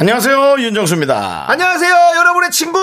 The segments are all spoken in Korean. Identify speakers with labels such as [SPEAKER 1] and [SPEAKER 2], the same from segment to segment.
[SPEAKER 1] 안녕하세요 윤정수입니다.
[SPEAKER 2] 안녕하세요, 여러분의 친구.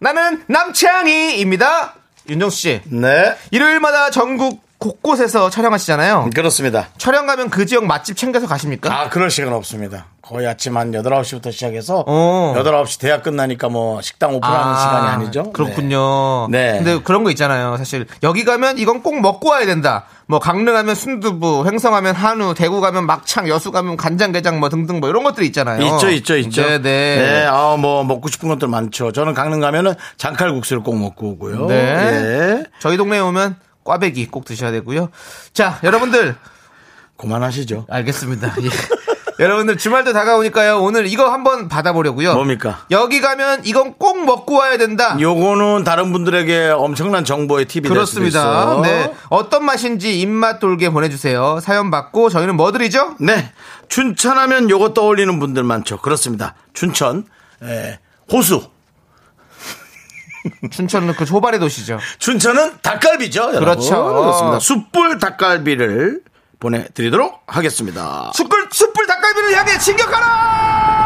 [SPEAKER 2] 나는 남창희입니다. 윤정수 씨.
[SPEAKER 1] 네
[SPEAKER 2] 일요일마다 전국 곳곳에서 촬영하시잖아요.
[SPEAKER 1] 그렇습니다.
[SPEAKER 2] 촬영 가면 그 지역 맛집 챙겨서 가십니까?
[SPEAKER 1] 아 그럴 시간 없습니다. 거의 아침 한 8, 9시부터 시작해서
[SPEAKER 2] 어.
[SPEAKER 1] 8, 9시 대학 끝나니까 뭐 식당 오픈하는
[SPEAKER 2] 아,
[SPEAKER 1] 시간이 아니죠.
[SPEAKER 2] 그렇군요.
[SPEAKER 1] 네.
[SPEAKER 2] 근데 그런 거 있잖아요. 사실 여기 가면 이건 꼭 먹고 와야 된다. 뭐 강릉하면 순두부, 횡성하면 한우, 대구 가면 막창, 여수 가면 간장게장 뭐 등등 뭐 이런 것들이 있잖아요.
[SPEAKER 1] 네. 있죠, 있죠, 있죠.
[SPEAKER 2] 네, 네.
[SPEAKER 1] 아, 뭐, 먹고 싶은 것들 많죠. 저는 강릉 가면은 장칼국수를 꼭 먹고 오고요.
[SPEAKER 2] 네.
[SPEAKER 1] 네.
[SPEAKER 2] 저희 동네에 오면 꽈배기 꼭 드셔야 되고요. 자, 여러분들
[SPEAKER 1] 그만하시죠.
[SPEAKER 2] 알겠습니다. 예. 여러분들 주말도 다가오니까요. 오늘 이거 한번 받아보려고요.
[SPEAKER 1] 뭡니까?
[SPEAKER 2] 여기 가면 이건 꼭 먹고 와야 된다.
[SPEAKER 1] 요거는 다른 분들에게 엄청난 정보의 팁이 될
[SPEAKER 2] 그렇습니다.
[SPEAKER 1] 수도 있어요.
[SPEAKER 2] 네. 어떤 맛인지 입맛 돌게 보내주세요. 사연 받고 저희는 뭐 드리죠?
[SPEAKER 1] 네. 춘천하면 요거 떠올리는 분들 많죠. 그렇습니다. 춘천, 에, 호수.
[SPEAKER 2] 춘천은 그 소발의 도시죠.
[SPEAKER 1] 춘천은 닭갈비죠. 여러분.
[SPEAKER 2] 그렇죠.
[SPEAKER 1] 그렇습니다. 숯불 닭갈비를 보내드리도록 하겠습니다.
[SPEAKER 2] 숯불, 숯불 닭갈비를 향해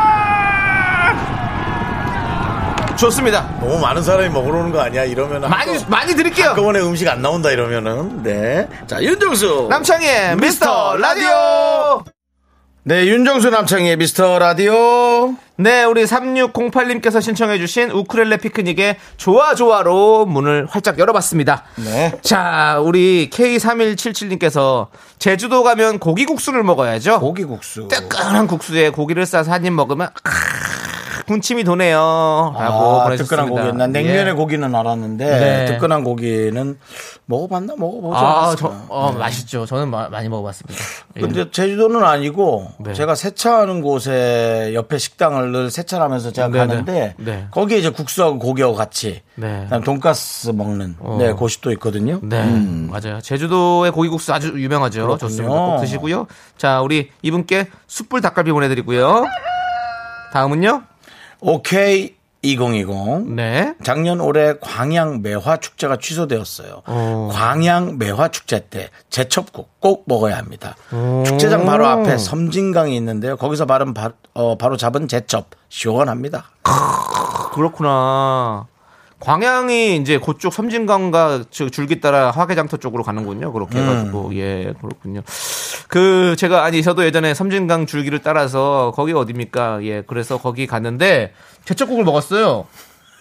[SPEAKER 2] 진격하라! 좋습니다.
[SPEAKER 1] 너무 많은 사람이 먹으러 오는 거 아니야? 이러면
[SPEAKER 2] 많이, 많이 드릴게요.
[SPEAKER 1] 한꺼번에 음식 안 나온다 이러면은 네. 자, 윤정수.
[SPEAKER 2] 남창희의 미스터 라디오!
[SPEAKER 1] 네, 윤정수 남창희의 미스터 라디오.
[SPEAKER 2] 네, 우리 3608님께서 신청해주신 우크렐레 피크닉의 좋아좋아로 문을 활짝 열어봤습니다.
[SPEAKER 1] 네.
[SPEAKER 2] 자, 우리 K3177님께서 제주도 가면 고기국수를 먹어야죠.
[SPEAKER 1] 고기국수.
[SPEAKER 2] 뜨끈한 국수에 고기를 싸서 한 입 먹으면 아, 군침이 도네요. 라고
[SPEAKER 1] 아,
[SPEAKER 2] 보내셨습니다.
[SPEAKER 1] 뜨끈한 고기. 난 냉면의
[SPEAKER 2] 예.
[SPEAKER 1] 고기는 알았는데
[SPEAKER 2] 네.
[SPEAKER 1] 뜨끈한 고기는 먹어봤나 먹어보지
[SPEAKER 2] 아,
[SPEAKER 1] 않았나. 네.
[SPEAKER 2] 저, 어, 맛있죠. 저는 마- 많이 먹어봤습니다. 예.
[SPEAKER 1] 근데 제주도는 아니고
[SPEAKER 2] 네.
[SPEAKER 1] 제가 세차하는 곳에 옆에 식당을 늘 세차를 하면서 제가
[SPEAKER 2] 네,
[SPEAKER 1] 가는데
[SPEAKER 2] 네. 네.
[SPEAKER 1] 거기에 이제 국수하고 고기하고 같이
[SPEAKER 2] 네. 어.
[SPEAKER 1] 그다음 돈가스 먹는 네, 곳이 또 있거든요. 음.
[SPEAKER 2] 네, 맞아요. 제주도의 고기국수 아주 유명하죠. 좋습니다. 꼭 드시고요. 자, 우리 이분께 숯불 닭갈비 보내드리고요. 다음은요?
[SPEAKER 1] 오케이 2020
[SPEAKER 2] 네.
[SPEAKER 1] 작년 올해 광양 매화 축제가 취소되었어요.
[SPEAKER 2] 어.
[SPEAKER 1] 광양 매화 축제 때 제첩국 꼭 먹어야 합니다. 축제장 바로 앞에 섬진강이 있는데요. 거기서 바로, 바, 어, 바로 잡은 제첩 시원합니다.
[SPEAKER 2] 그, 그렇구나. 광양이 이제 그쪽 섬진강과 즉 줄기 따라 화개장터 쪽으로 가는군요. 그렇게 해가지고 예 그렇군요. 그 제가 아니 저도 예전에 섬진강 줄기를 따라서 거기 어딥니까? 예 그래서 거기 갔는데 제철국을 먹었어요.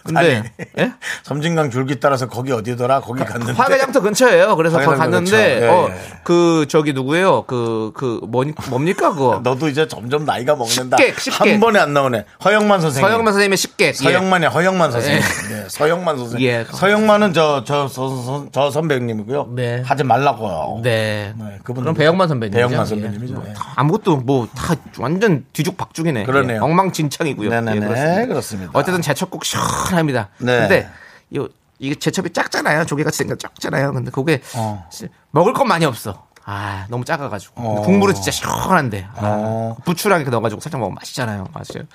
[SPEAKER 2] 근데 예?
[SPEAKER 1] 섬진강 줄기 따라서 거기 어디더라 거기 갔는데
[SPEAKER 2] 화개장터 근처예요. 그래서 거기
[SPEAKER 1] 화개장터
[SPEAKER 2] 갔는데
[SPEAKER 1] 근처. 예,
[SPEAKER 2] 어,
[SPEAKER 1] 예.
[SPEAKER 2] 그 저기 누구예요? 그 그 뭡니까 그거?
[SPEAKER 1] 너도 이제 점점 나이가 먹는다.
[SPEAKER 2] 식객, 식객.
[SPEAKER 1] 한 번에 안 나오네. 허영만 선생님.
[SPEAKER 2] 서영만 선생님의 식객. 예.
[SPEAKER 1] 서영만이야, 허영만 선생님. 네, 서영만 선생님.
[SPEAKER 2] 예.
[SPEAKER 1] 서영만은 저, 저, 선- 선- 저 선배님이고요.
[SPEAKER 2] 네.
[SPEAKER 1] 하지 말라고요.
[SPEAKER 2] 네.
[SPEAKER 1] 네, 그분
[SPEAKER 2] 그럼 배영만 선배님이죠.
[SPEAKER 1] 배영만
[SPEAKER 2] 예.
[SPEAKER 1] 선배님이죠. 네.
[SPEAKER 2] 아무것도 뭐 다 완전 뒤죽박죽이네.
[SPEAKER 1] 그러네요.
[SPEAKER 2] 예, 엉망진창이고요.
[SPEAKER 1] 네네네.
[SPEAKER 2] 예, 그렇습니다.
[SPEAKER 1] 그렇습니다.
[SPEAKER 2] 어쨌든 제첩국 시원합니다.
[SPEAKER 1] 네.
[SPEAKER 2] 근데 요 이게 제첩이 작잖아요. 조개같이 생겨 작잖아요. 근데 그게
[SPEAKER 1] 어.
[SPEAKER 2] 시- 먹을 건 많이 없어. 아 너무 작아가지고 근데 국물은 진짜 시원한데 아,
[SPEAKER 1] 어.
[SPEAKER 2] 부추랑 이렇게 넣어가지고 살짝 먹으면 맛있잖아요. 맞아요.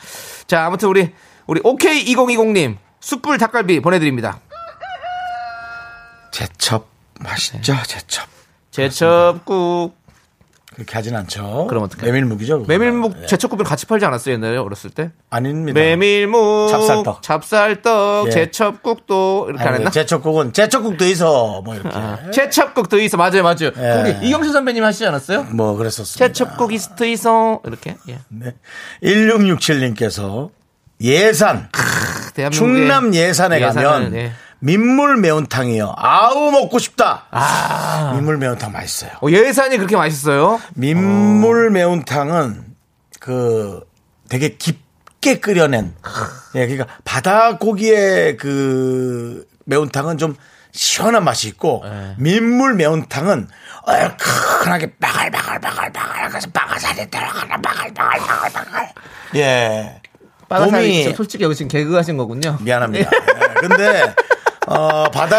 [SPEAKER 2] 자 아무튼 우리 우리 OK 2020님 숯불 닭갈비 보내드립니다.
[SPEAKER 1] 제첩. 맛있죠,
[SPEAKER 2] 네.
[SPEAKER 1] 제첩.
[SPEAKER 2] 제첩국
[SPEAKER 1] 그렇게 하진 않죠.
[SPEAKER 2] 그럼 어떡해요?
[SPEAKER 1] 메밀묵이죠. 그거.
[SPEAKER 2] 메밀묵
[SPEAKER 1] 네.
[SPEAKER 2] 제첩국을 같이 팔지 않았어요 옛날에 어렸을 때?
[SPEAKER 1] 아닙니다.
[SPEAKER 2] 메밀묵,
[SPEAKER 1] 찹쌀떡.
[SPEAKER 2] 찹쌀떡,
[SPEAKER 1] 예.
[SPEAKER 2] 제첩국도 이렇게 안
[SPEAKER 1] 아니,
[SPEAKER 2] 했나? 아.
[SPEAKER 1] 제첩국은 제첩국도 있어. 뭐 이렇게.
[SPEAKER 2] 제첩국도 있어 맞아요 맞아요.
[SPEAKER 1] 예.
[SPEAKER 2] 거기 이경수 선배님 하시지 않았어요?
[SPEAKER 1] 뭐 그랬었습니다.
[SPEAKER 2] 제첩국 이스트 이성 이렇게 예.
[SPEAKER 1] 네. 1667님께서 예산.
[SPEAKER 2] 크, 그 대한민국의
[SPEAKER 1] 충남 예산에
[SPEAKER 2] 음, 네. 예산을,
[SPEAKER 1] 가면
[SPEAKER 2] 예.
[SPEAKER 1] 민물 매운탕이요. 아우 먹고 싶다.
[SPEAKER 2] 아.
[SPEAKER 1] 민물 매운탕 맛있어요.
[SPEAKER 2] 어, 예산이 그렇게 맛있어요?
[SPEAKER 1] 민물
[SPEAKER 2] 어.
[SPEAKER 1] 매운탕은 그 되게 깊게 끓여낸. 예, 그러니까 바다 고기의 그 매운탕은 좀 시원한 맛이 있고
[SPEAKER 2] 네.
[SPEAKER 1] 민물 매운탕은 얼큰하게
[SPEAKER 2] 아.
[SPEAKER 1] 바글바글바글바글 해서 바가살이 들어가는 바글바글바글바글. 예.
[SPEAKER 2] 빠가사리
[SPEAKER 1] 곰이-
[SPEAKER 2] 솔직히 여기 지금 개그 하신 거군요.
[SPEAKER 1] 미안합니다. 네, 근데 어, 바다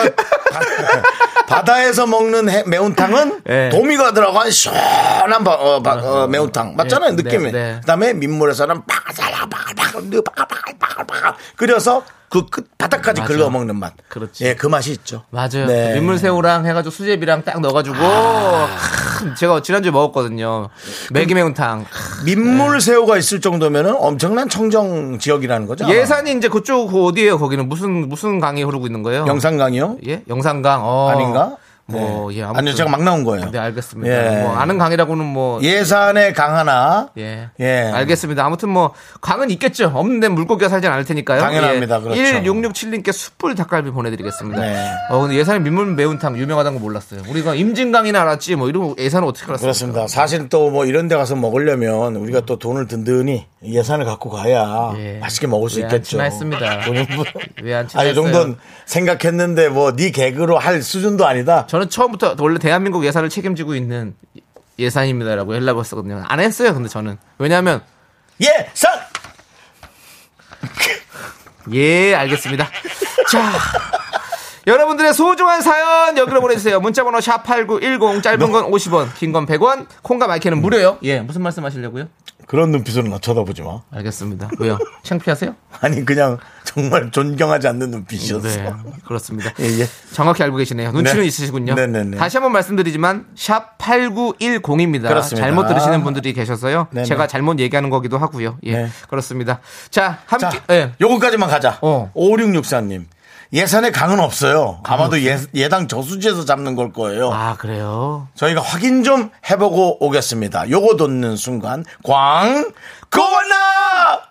[SPEAKER 1] 바다 에서 먹는 해- 매운탕은
[SPEAKER 2] 예.
[SPEAKER 1] 도미가 들어간 시원한 바- 어, 바- 어, 매운탕 맞잖아요
[SPEAKER 2] 예,
[SPEAKER 1] 느낌이.
[SPEAKER 2] 네, 네.
[SPEAKER 1] 그다음에 민물에서는 바글바글바글 바글바글바글 끓여서 그 끝, 바닥까지
[SPEAKER 2] 맞아.
[SPEAKER 1] 긁어 먹는 맛.
[SPEAKER 2] 그렇지.
[SPEAKER 1] 예, 그 맛이 있죠.
[SPEAKER 2] 맞아요. 그
[SPEAKER 1] 네. 아.
[SPEAKER 2] 민물새우랑 해가지고 수제비랑 딱 넣어가지고 크, 제가 지난주에 먹었거든요. 매기 매운탕. 크, 네.
[SPEAKER 1] 민물 새우가 있을 정도면은 엄청난 청정 지역이라는 거죠.
[SPEAKER 2] 예산이 이제 그쪽 그 어디예요? 거기는 무슨 무슨 강이 흐르고 있는 거예요?
[SPEAKER 1] 영산강이요?
[SPEAKER 2] 예, 영산강. 어.
[SPEAKER 1] 아닌가?
[SPEAKER 2] 뭐
[SPEAKER 1] 네.
[SPEAKER 2] 예, 아무튼.
[SPEAKER 1] 아니요, 제가 막 나온 거예요.
[SPEAKER 2] 네, 알겠습니다.
[SPEAKER 1] 예.
[SPEAKER 2] 뭐 아는 강이라고는 뭐
[SPEAKER 1] 예산의 강 하나.
[SPEAKER 2] 예.
[SPEAKER 1] 예.
[SPEAKER 2] 알겠습니다. 아무튼 뭐 강은 있겠죠. 없는 데 물고기가 살진 않을 테니까요.
[SPEAKER 1] 당연합니다. 그렇죠.
[SPEAKER 2] 1667님께 숯불 닭갈비 보내드리겠습니다.
[SPEAKER 1] 네.
[SPEAKER 2] 어, 근데 예산에 민물 매운탕 유명하다는 거 몰랐어요. 우리가 임진강이나 알았지 뭐 이런 예산을 어떻게 알았어요?
[SPEAKER 1] 그렇습니다. 사실 또 뭐 이런 데 가서 먹으려면 우리가 또 돈을 든든히 예산을 갖고 가야
[SPEAKER 2] 예.
[SPEAKER 1] 맛있게 먹을 수
[SPEAKER 2] 왜안
[SPEAKER 1] 있겠죠.
[SPEAKER 2] 친했습니다. 왜안
[SPEAKER 1] 아니, 이
[SPEAKER 2] 친했어요?
[SPEAKER 1] 정도는 생각했는데 뭐 네 개그로 할 수준도 아니다.
[SPEAKER 2] 저는 처음부터 원래 대한민국 예산을 책임지고 있는 예산입니다라고 하려고 했었거든요. 안 했어요. 근데 저는 왜냐하면
[SPEAKER 1] 예산!
[SPEAKER 2] 예, 알겠습니다. 자. 여러분들의 소중한 사연 여기로 보내주세요. 문자번호 샵8910 짧은 건 50원, 긴 건 100원, 콩과 마이크는 무료요. 예, 무슨 말씀 하시려고요?
[SPEAKER 1] 그런 눈빛으로 나 쳐다보지 마.
[SPEAKER 2] 알겠습니다. 왜요? 창피하세요?
[SPEAKER 1] 아니, 그냥 정말 존경하지 않는 눈빛이었어.
[SPEAKER 2] 네, 그렇습니다.
[SPEAKER 1] 예, 예.
[SPEAKER 2] 정확히 알고 계시네요. 눈치는
[SPEAKER 1] 네.
[SPEAKER 2] 있으시군요.
[SPEAKER 1] 네, 네, 네.
[SPEAKER 2] 다시 한번 말씀드리지만 샵 8910입니다.
[SPEAKER 1] 그렇습니다.
[SPEAKER 2] 잘못 들으시는 분들이 계셔서요.
[SPEAKER 1] 네, 네.
[SPEAKER 2] 제가 잘못 얘기하는 거기도 하고요. 예,
[SPEAKER 1] 네.
[SPEAKER 2] 그렇습니다. 자, 함께
[SPEAKER 1] 자,
[SPEAKER 2] 예.
[SPEAKER 1] 요거까지만 가자.
[SPEAKER 2] 어.
[SPEAKER 1] 5664님. 예산에 강은 없어요. 아마도 예, 당 저수지에서 잡는 걸 거예요.
[SPEAKER 2] 그렇죠. 아, 그래요.
[SPEAKER 1] 저희가 확인 좀 해보고 오겠습니다. 요거 돋는 순간 광 고원나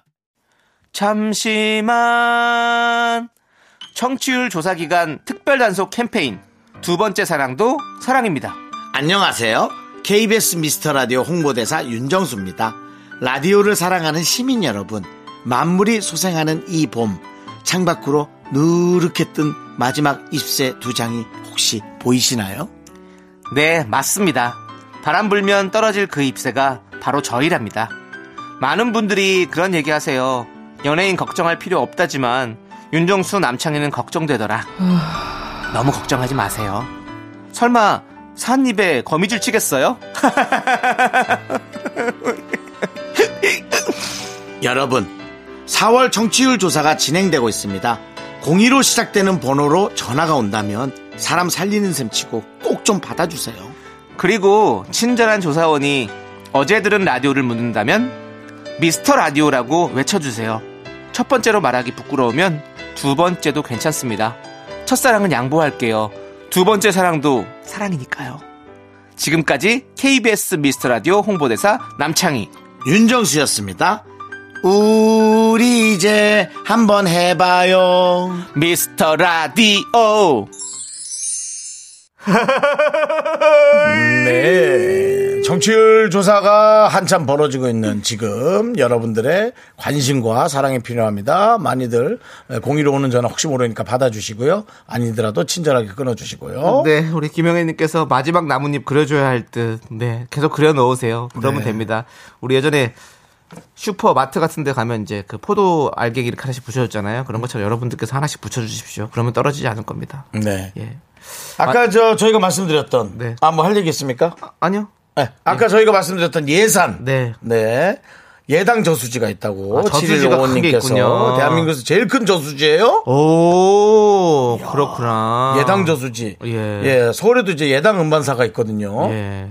[SPEAKER 2] 잠시만 청취율 조사 기간 특별 단속 캠페인 두 번째 사랑도 사랑입니다.
[SPEAKER 1] 안녕하세요. KBS 미스터 라디오 홍보대사 윤정수입니다. 라디오를 사랑하는 시민 여러분, 만물이 소생하는 이 봄, 창밖으로 누렇게 뜬 마지막 잎새 두 장이 혹시 보이시나요?
[SPEAKER 2] 네, 맞습니다. 바람 불면 떨어질 그 잎새가 바로 저희랍니다. 많은 분들이 그런 얘기 하세요. 연예인 걱정할 필요 없다지만 윤정수 남창희는 걱정되더라. 너무 걱정하지 마세요. 설마 산입에 거미줄 치겠어요?
[SPEAKER 1] 여러분, 4월 청취율 조사가 진행되고 있습니다. 02로 시작되는 번호로 전화가 온다면 사람 살리는 셈 치고 꼭 좀 받아주세요.
[SPEAKER 2] 그리고 친절한 조사원이 어제 들은 라디오를 묻는다면 미스터 라디오라고 외쳐주세요. 첫 번째로 말하기 부끄러우면 두 번째도 괜찮습니다. 첫사랑은 양보할게요. 두 번째 사랑도 사랑이니까요. 지금까지 KBS 미스터 라디오 홍보대사 남창희.
[SPEAKER 1] 윤정수였습니다. 우리 이제 한번 해봐요.
[SPEAKER 2] 미스터 라디오!
[SPEAKER 1] 네. 정치율 조사가 한참 벌어지고 있는 지금 여러분들의 관심과 사랑이 필요합니다. 많이들 공의로 오는 전화 혹시 모르니까 받아주시고요. 아니더라도 친절하게 끊어주시고요.
[SPEAKER 2] 네, 우리 김영애님께서 마지막 나뭇잎 그려줘야 할 듯. 네, 계속 그려 넣으세요. 그러면
[SPEAKER 1] 네.
[SPEAKER 2] 됩니다. 우리 예전에 슈퍼 마트 같은데 가면 이제 그 포도 알갱이 이렇게 하나씩 붙여줬잖아요. 그런 것처럼 여러분들께서 하나씩 붙여주십시오. 그러면 떨어지지 않을 겁니다.
[SPEAKER 1] 네.
[SPEAKER 2] 예,
[SPEAKER 1] 아까 저 저희가 말씀드렸던
[SPEAKER 2] 네.
[SPEAKER 1] 아 뭐 할 얘기 있습니까?
[SPEAKER 2] 아니요.
[SPEAKER 1] 네. 아까 저희가 말씀드렸던 예산.
[SPEAKER 2] 네.
[SPEAKER 1] 네. 예당 저수지가 있다고
[SPEAKER 2] 아, 저수지가 큰게
[SPEAKER 1] 7155님께서
[SPEAKER 2] 있군요.
[SPEAKER 1] 대한민국에서 제일 큰 저수지예요.
[SPEAKER 2] 오, 그렇구나.
[SPEAKER 1] 예당 저수지.
[SPEAKER 2] 아. 예.
[SPEAKER 1] 서울에도 이제 예당 음반사가 있거든요.
[SPEAKER 2] 예.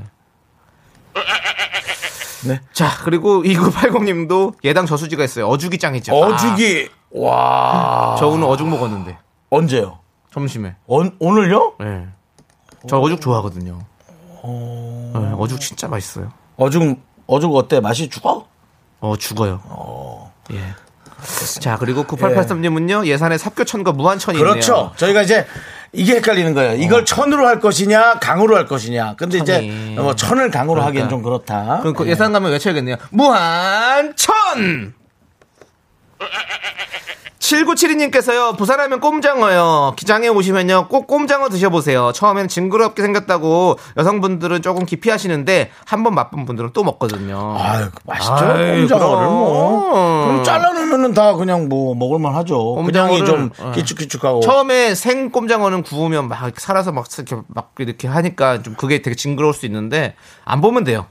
[SPEAKER 1] 네.
[SPEAKER 2] 자, 그리고 2980님도 예당 저수지가 있어요. 어죽이 짱이죠.
[SPEAKER 1] 어죽이 와.
[SPEAKER 2] 아, 저 오늘 어죽 먹었는데
[SPEAKER 1] 언제요?
[SPEAKER 2] 점심에.
[SPEAKER 1] 언- 오늘요?
[SPEAKER 2] 예. 저 어죽 좋아하거든요. 예, 어죽 진짜 맛있어요.
[SPEAKER 1] 어죽 어죽 어때? 맛이 죽어?
[SPEAKER 2] 어, 죽어요. 예. 자, 그리고 9883님은요, 예산에 삽교천과 무한천이
[SPEAKER 1] 그렇죠.
[SPEAKER 2] 있네요. 어.
[SPEAKER 1] 저희가 이제 이게 헷갈리는 거예요. 이걸 천으로 할 것이냐, 강으로 할 것이냐. 근데
[SPEAKER 2] 천이.
[SPEAKER 1] 이제 뭐 천을 강으로 하기엔
[SPEAKER 2] 그러니까.
[SPEAKER 1] 좀 그렇다.
[SPEAKER 2] 그럼 그 예산 가면 외쳐야겠네요. 무한천! 7972님께서요, 부산하면 꼼장어요. 기장에 오시면요, 꼭 꼼장어 드셔보세요. 처음엔 징그럽게 생겼다고 여성분들은 조금 기피하시는데, 한번 맛본 분들은 또 먹거든요.
[SPEAKER 1] 아유, 그 맛있죠.
[SPEAKER 2] 아이,
[SPEAKER 1] 꼼장어를 뭐.
[SPEAKER 2] 그럼.
[SPEAKER 1] 그럼 잘라놓으면은 다 그냥 뭐 먹을만 하죠. 그냥이
[SPEAKER 2] 꼼장어를-
[SPEAKER 1] 좀
[SPEAKER 2] 어.
[SPEAKER 1] 끼쭉끼쭉하고.
[SPEAKER 2] 처음에 생 꼼장어는 구우면 막 살아서 막 이렇게, 막 이렇게 하니까 좀 그게 되게 징그러울 수 있는데, 안 보면 돼요.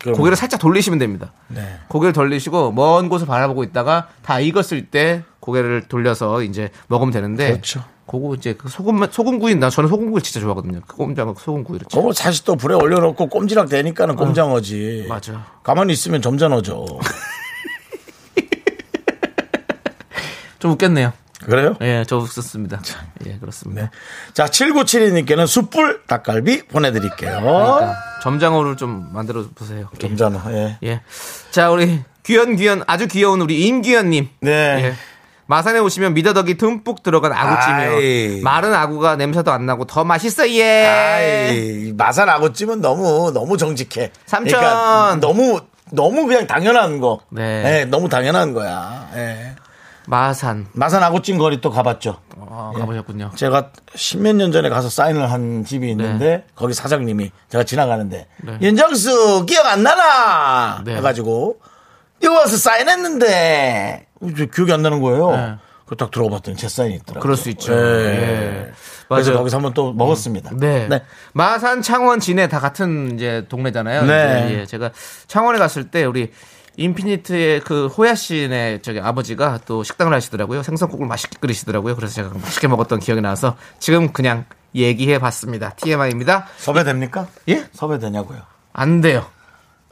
[SPEAKER 1] 그럼-
[SPEAKER 2] 고개를 살짝 돌리시면 됩니다.
[SPEAKER 1] 네.
[SPEAKER 2] 고개를 돌리시고 먼 곳을 바라보고 있다가 다 익었을 때 고개를 돌려서 이제 먹으면 되는데
[SPEAKER 1] 그렇죠.
[SPEAKER 2] 그거 이제 그 소금 소금구이 나 저는 소금구이 진짜 좋아하거든요. 그 꼼장어 소금구이 이렇게.
[SPEAKER 1] 그걸 다시 뭐, 또 불에 올려놓고 꼼지락 대니까는 꼼장어지.
[SPEAKER 2] 맞아.
[SPEAKER 1] 가만히 있으면 점잖어죠.
[SPEAKER 2] 좀 웃겼네요.
[SPEAKER 1] 그래요?
[SPEAKER 2] 예, 저 웃었습니다. 예, 그렇습니다.
[SPEAKER 1] 네. 자, 7972님께는 숯불 닭갈비 보내드릴게요.
[SPEAKER 2] 그러니까. 점장어를 좀 만들어 보세요.
[SPEAKER 1] 점잖어, 예.
[SPEAKER 2] 예. 자, 우리 귀연 귀연 아주 귀여운 우리 임귀연 님.
[SPEAKER 1] 네.
[SPEAKER 2] 예. 마산에 오시면 미더덕이 듬뿍 들어간
[SPEAKER 1] 아이.
[SPEAKER 2] 아구찜이요. 마른 아구가 냄새도 안 나고 더 맛있어 예.
[SPEAKER 1] 아이, 마산 아구찜은 너무, 너무 정직해.
[SPEAKER 2] 삼촌.
[SPEAKER 1] 그러니까 너무, 너무 그냥 당연한 거.
[SPEAKER 2] 네.
[SPEAKER 1] 예, 너무 당연한 거야. 예.
[SPEAKER 2] 마산.
[SPEAKER 1] 마산 아구찜 거리 또 가봤죠.
[SPEAKER 2] 어, 가보셨군요.
[SPEAKER 1] 제가 십몇 년 전에 가서 사인을 한 집이 있는데
[SPEAKER 2] 네.
[SPEAKER 1] 거기 사장님이 제가 지나가는데 윤정수 기억 안 나나
[SPEAKER 2] 네.
[SPEAKER 1] 해가지고 이거 와서 사인했는데 저 기억이 안 나는 거예요.
[SPEAKER 2] 네.
[SPEAKER 1] 그걸 딱 들어봤더니 제 사인이 있더라고요.
[SPEAKER 2] 그럴 수 있죠.
[SPEAKER 1] 예.
[SPEAKER 2] 예.
[SPEAKER 1] 그래서
[SPEAKER 2] 맞아요.
[SPEAKER 1] 거기서 한번 또 먹었습니다.
[SPEAKER 2] 네. 마산, 창원, 진해 다 같은 이제 동네잖아요.
[SPEAKER 1] 네.
[SPEAKER 2] 이제 예, 제가 창원에 갔을 때 우리 인피니트의 그 호야 씨네 저기 아버지가 또 식당을 하시더라고요. 생선국을 맛있게 끓이시더라고요. 그래서 제가 맛있게 먹었던 기억이 나서 지금 그냥 얘기해 봤습니다. TMI입니다.
[SPEAKER 1] 섭외됩니까?
[SPEAKER 2] 예?
[SPEAKER 1] 섭외되냐고요.
[SPEAKER 2] 안 돼요.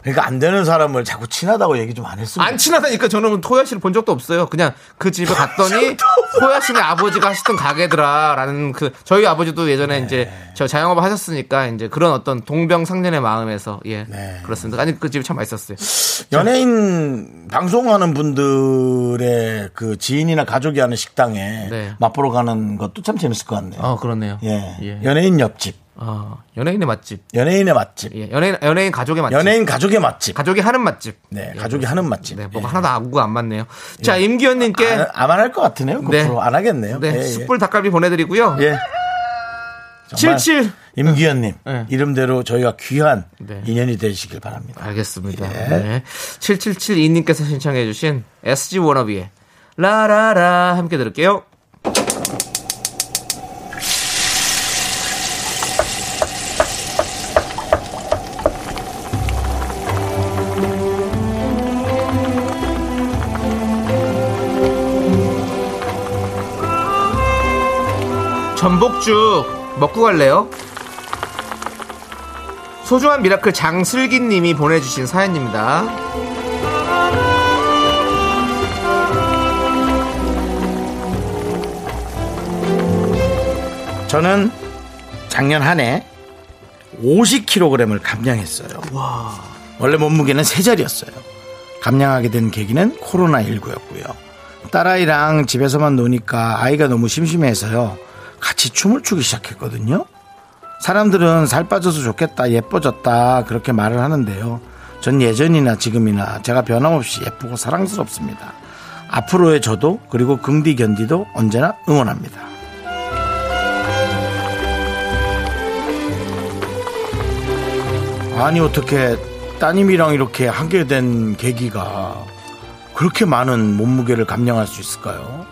[SPEAKER 1] 그러니까 안 되는 사람을 자꾸 친하다고 얘기 좀 안 했습니다.
[SPEAKER 2] 안 친하다니까 저는 호야 씨를 본 적도 없어요. 그냥 그 집에 갔더니 호야 씨네 아버지가 하시던 가게더라라는 그 저희 아버지도
[SPEAKER 1] 네.
[SPEAKER 2] 예전에 이제 저 자영업 하셨으니까 이제 그런 어떤 동병상련의 마음에서 예
[SPEAKER 1] 네.
[SPEAKER 2] 그렇습니다. 아니 그 집이 참 맛있었어요.
[SPEAKER 1] 연예인 방송하는 분들의 그 지인이나 가족이 하는 식당에
[SPEAKER 2] 네.
[SPEAKER 1] 맛보러 가는 것도 참 재밌을 것 같네요.
[SPEAKER 2] 어 그렇네요.
[SPEAKER 1] 예.
[SPEAKER 2] 예.
[SPEAKER 1] 연예인 옆집,
[SPEAKER 2] 어, 연예인의 맛집.
[SPEAKER 1] 연예인의 맛집,
[SPEAKER 2] 예. 연예인 연예인 가족의 맛집.
[SPEAKER 1] 연예인 가족의 맛집,
[SPEAKER 2] 가족이 하는 맛집.
[SPEAKER 1] 네,
[SPEAKER 2] 예,
[SPEAKER 1] 가족이 하는 맛집. 예.
[SPEAKER 2] 네, 뭐가 하나도 아구가 안 맞네요. 자, 임기현님께
[SPEAKER 1] 안할것 같으네요.
[SPEAKER 2] 네.
[SPEAKER 1] 앞으로 안 하겠네요.
[SPEAKER 2] 네,
[SPEAKER 1] 아, 예, 예.
[SPEAKER 2] 숯불 닭갈비 보내드리고요.
[SPEAKER 1] 예. 정말
[SPEAKER 2] 77.
[SPEAKER 1] 임기현님
[SPEAKER 2] 네.
[SPEAKER 1] 이름대로 저희가 귀한
[SPEAKER 2] 네.
[SPEAKER 1] 인연이 되시길 바랍니다.
[SPEAKER 2] 알겠습니다. 네. 7772님께서 신청해주신 SG 워너비의 라라라 함께 들을게요. 전복죽 먹고 갈래요? 소중한 미라클 장슬기님이 보내주신 사연입니다.
[SPEAKER 1] 저는 작년 한 해 50kg을 감량했어요. 원래 몸무게는 세자리였어요 감량하게 된 계기는 코로나19였고요. 딸아이랑 집에서만 노니까 아이가 너무 심심해서요. 같이 춤을 추기 시작했거든요. 사람들은 살 빠져서 좋겠다, 예뻐졌다, 그렇게 말을 하는데요. 전 예전이나 지금이나 제가 변함없이 예쁘고 사랑스럽습니다. 앞으로의 저도, 그리고 긍디 견디도 언제나 응원합니다. 아니 어떻게 따님이랑 이렇게 하게 된 계기가 그렇게 많은 몸무게를 감량할 수 있을까요?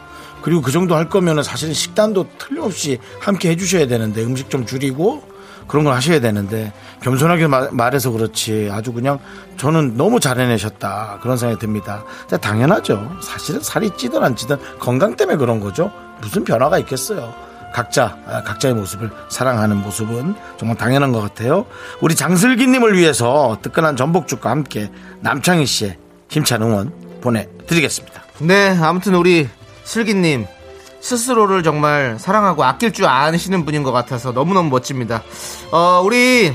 [SPEAKER 1] 그리고 그 정도 할 거면 사실 식단도 틀림없이 함께 해주셔야 되는데 음식 좀 줄이고 그런 걸 하셔야 되는데 겸손하게 마- 말해서 그렇지 아주 그냥 저는 너무 잘 해내셨다 그런 생각이 듭니다. 근데 당연하죠. 사실은 살이 찌든 안 찌든 건강 때문에 그런 거죠. 무슨 변화가 있겠어요. 각자 아, 각자의 모습을 사랑하는 모습은 정말 당연한 것 같아요. 우리 장슬기님을 위해서 뜨끈한 전복죽과 함께 남창희 씨의 힘찬 응원 보내드리겠습니다.
[SPEAKER 2] 네, 아무튼 우리 슬기님 스스로를 정말 사랑하고 아낄 줄 아시는 분인 것 같아서 너무너무 멋집니다. 어, 우리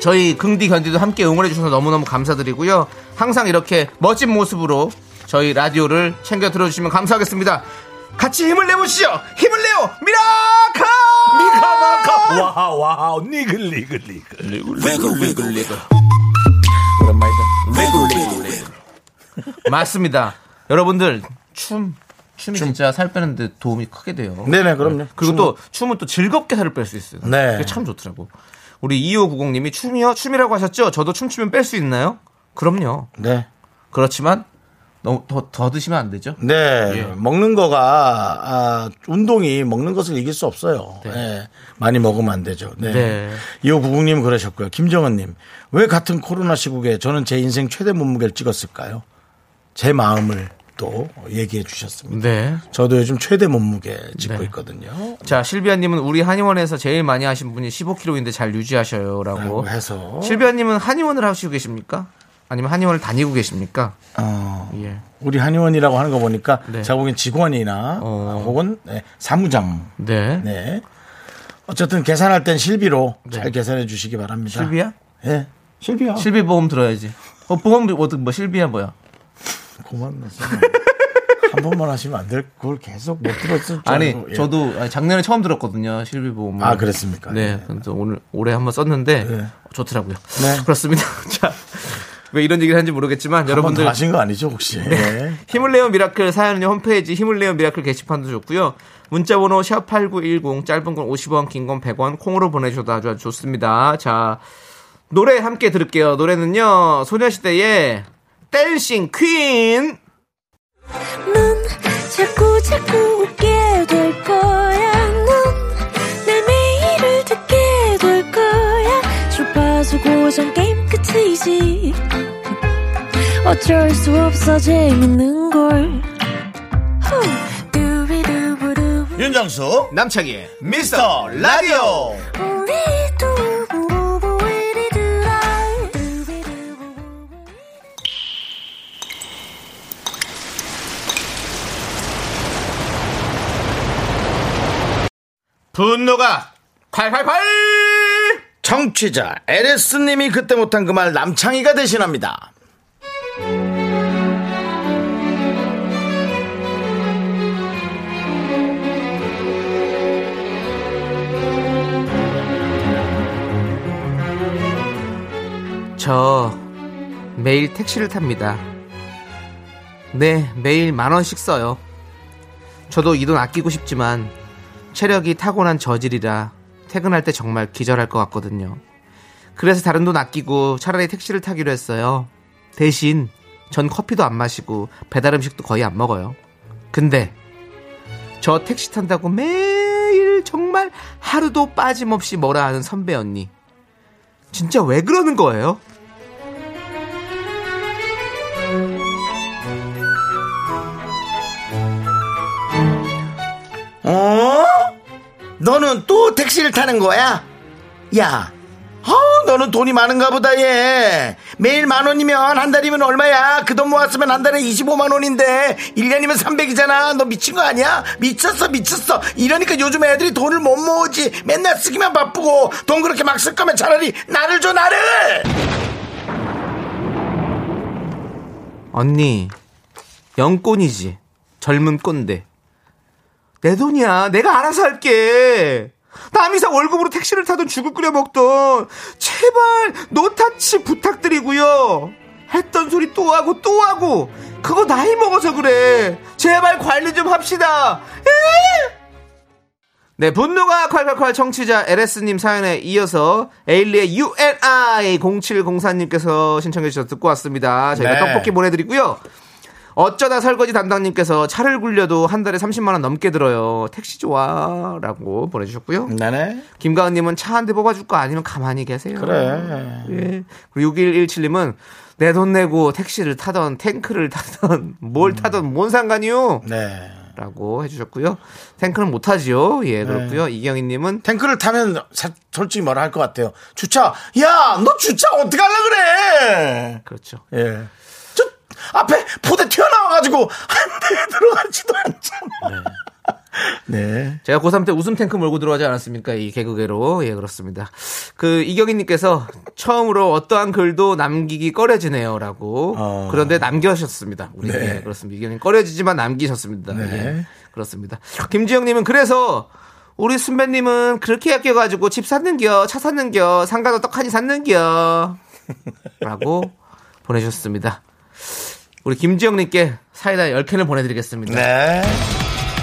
[SPEAKER 2] 저희 긍디 견디도 함께 응원해 주셔서 너무너무 감사드리고요. 항상 이렇게 멋진 모습으로 저희 라디오를 챙겨 들어주시면 감사하겠습니다. 같이 힘을 내보시죠. 힘을 내요, 미라카! 미카마카!
[SPEAKER 1] 와와 니글니글니글
[SPEAKER 2] 맞습니다. 여러분들 춤. 춤이
[SPEAKER 1] 춤.
[SPEAKER 2] 진짜 살 빼는데 도움이 크게 돼요.
[SPEAKER 1] 네네, 그럼요.
[SPEAKER 2] 그리고
[SPEAKER 1] 춤은-
[SPEAKER 2] 또 춤은 또 즐겁게 살을 뺄 수 있어요.
[SPEAKER 1] 네.
[SPEAKER 2] 그게 참 좋더라고. 우리 2590님이 춤이요? 춤이라고 하셨죠? 저도 춤추면 뺄 수 있나요? 그럼요.
[SPEAKER 1] 네.
[SPEAKER 2] 그렇지만 너무 더, 더 드시면 안 되죠.
[SPEAKER 1] 네.
[SPEAKER 2] 예.
[SPEAKER 1] 먹는 거가, 아, 운동이 먹는 것을 이길 수 없어요. 예. 많이 먹으면 안 되죠. 네.
[SPEAKER 2] 네.
[SPEAKER 1] 이호구국님 그러셨고요. 김정은님. 왜 같은 코로나 시국에 저는 제 인생 최대 몸무게를 찍었을까요? 제 마음을 또 얘기해 주셨습니다.
[SPEAKER 2] 네.
[SPEAKER 1] 저도 요즘 최대 몸무게 찍고
[SPEAKER 2] 네.
[SPEAKER 1] 있거든요.
[SPEAKER 2] 자, 실비아님은 우리 한의원에서 제일 많이 하신 분이 15kg인데 잘 유지하셔요라고.
[SPEAKER 1] 라고 해서.
[SPEAKER 2] 실비아님은 한의원을 하시고 계십니까? 아니면 한의원을 다니고 계십니까?
[SPEAKER 1] 어,
[SPEAKER 2] 예.
[SPEAKER 1] 우리 한의원이라고 하는 거 보니까
[SPEAKER 2] 네.
[SPEAKER 1] 제가 보기엔 직원이나
[SPEAKER 2] 어.
[SPEAKER 1] 혹은 네, 사무장.
[SPEAKER 2] 네.
[SPEAKER 1] 네. 어쨌든 계산할 땐 실비로 잘 계산해 주시기 바랍니다.
[SPEAKER 2] 실비야?
[SPEAKER 1] 예. 실비야.
[SPEAKER 2] 아. 실비 보험 들어야지. 어, 보험 뭐, 뭐 실비야 뭐야?
[SPEAKER 1] 고맙네. 정말. 한 번만 하시면 안 될 걸 계속 못 들었을 줄
[SPEAKER 2] 아니
[SPEAKER 1] 알고, 예.
[SPEAKER 2] 저도 아니, 작년에 처음 들었거든요 실비 보험.
[SPEAKER 1] 아, 그랬습니까?
[SPEAKER 2] 네.
[SPEAKER 1] 네.
[SPEAKER 2] 그래서 오늘 올해 한번 썼는데
[SPEAKER 1] 네.
[SPEAKER 2] 좋더라고요.
[SPEAKER 1] 네.
[SPEAKER 2] 그렇습니다. 자. 왜 이런 얘기를 하는지 모르겠지만
[SPEAKER 1] 여러분들
[SPEAKER 2] 여러분들
[SPEAKER 1] 하신 거 아니죠 혹시? 네.
[SPEAKER 2] 힘을 내요 미라클 사연은요 홈페이지 힘을 내요 미라클 게시판도 좋고요 문자번호 샵 8910 짧은 건 50원 긴 건 100원 콩으로 보내주셔도 아주 아주 좋습니다 자 노래 함께 들을게요 노래는요 소녀시대의 댄싱 퀸
[SPEAKER 3] 넌 자꾸 자꾸 웃게 될 거야. 넌내 매일을 듣게 될 거야. 주파수 고정 게임 끝이지. 어쩔 수 없어 재밌는 걸. 후. 두비두부두.
[SPEAKER 1] 윤정수
[SPEAKER 2] 남창희의
[SPEAKER 1] 미스터 라디오.
[SPEAKER 3] 우리 두부부부 우리 두라. 두비두부부부.
[SPEAKER 2] 분노가 콸콸콸
[SPEAKER 1] 청취자 에레스님이 그때 못한 그 말 남창희가 대신합니다.
[SPEAKER 2] 저 매일 택시를 탑니다. 네, 매일 만 원씩 써요. 저도 이 돈 아끼고 싶지만 체력이 타고난 저질이라 퇴근할 때 정말 기절할 것 같거든요. 그래서 다른 돈 아끼고 차라리 택시를 타기로 했어요. 대신 전 커피도 안 마시고 배달 음식도 거의 안 먹어요. 근데 저 택시 탄다고 매일 정말 하루도 빠짐없이 뭐라 하는 선배 언니. 진짜 왜 그러는 거예요?
[SPEAKER 1] 어? 너는 또 택시를 타는 거야? 야, 어, 너는 돈이 많은가 보다, 얘. 매일 만 원이면 한 달이면 얼마야? 그 돈 모았으면 한 달에 25만 원인데, 1년이면 300이잖아. 너 미친 거 아니야? 미쳤어, 미쳤어. 이러니까 요즘 애들이 돈을 못 모으지. 맨날 쓰기만 바쁘고, 돈 그렇게 막 쓸 거면 차라리 나를 줘, 나를!
[SPEAKER 2] 언니, 영꼰이지. 젊은 꼰대. 내 돈이야. 내가 알아서 할게. 남이사 월급으로 택시를 타든 죽을 끓여 먹던 제발 노타치 부탁드리고요. 했던 소리 또 하고 또 하고 그거 나이 먹어서 그래. 제발 관리 좀 합시다. 에이! 네, 분노가 콸콸콸 청취자 LS님 사연에 이어서 에일리의 UNI 0704님께서 신청해주셔서 듣고 왔습니다. 저희가
[SPEAKER 1] 네.
[SPEAKER 2] 떡볶이 보내드리고요. 어쩌다 설거지 담당님께서 차를 굴려도 한 달에 30만원 넘게 들어요. 택시 좋아. 라고 보내주셨고요.
[SPEAKER 1] 음. 나네.
[SPEAKER 2] 김가은님은 차 한 대 뽑아줄 거 아니면 가만히 계세요.
[SPEAKER 1] 그래.
[SPEAKER 2] 예. 그리고 6117님은 내 돈 내고 택시를 타던 탱크를 타던
[SPEAKER 1] 음.
[SPEAKER 2] 뭘 타던 뭔 상관이요?
[SPEAKER 1] 네.
[SPEAKER 2] 라고 해주셨고요. 탱크는 못하지요. 예, 그렇고요. 이경희님은
[SPEAKER 1] 탱크를 타면 사- 솔직히 뭐라 할 것 같아요. 주차, 야, 너 주차 어떻게 하려 그래?
[SPEAKER 2] 그렇죠.
[SPEAKER 1] 예. 저 앞에 포대 튀어나와가지고 한 대 들어가지도 않잖아. 네.
[SPEAKER 2] 제가 고3 때 웃음 탱크 몰고 들어가지 않았습니까? 이 개그계로. 예, 그렇습니다. 그, 이경희님께서 처음으로 어떠한 글도 남기기 꺼려지네요. 라고.
[SPEAKER 1] 어.
[SPEAKER 2] 그런데 남겨셨습니다. 우리.
[SPEAKER 1] 네.
[SPEAKER 2] 예, 그렇습니다. 이경희 꺼려지지만 남기셨습니다.
[SPEAKER 1] 네.
[SPEAKER 2] 예, 그렇습니다. 김지영님은 그래서 우리 순배님은 그렇게 아껴가지고 집 샀는겨, 차 샀는겨, 상가도 떡하니 샀는겨. 라고 보내셨습니다. 우리 김지영님께 사이다 10캔을 보내드리겠습니다.
[SPEAKER 1] 네.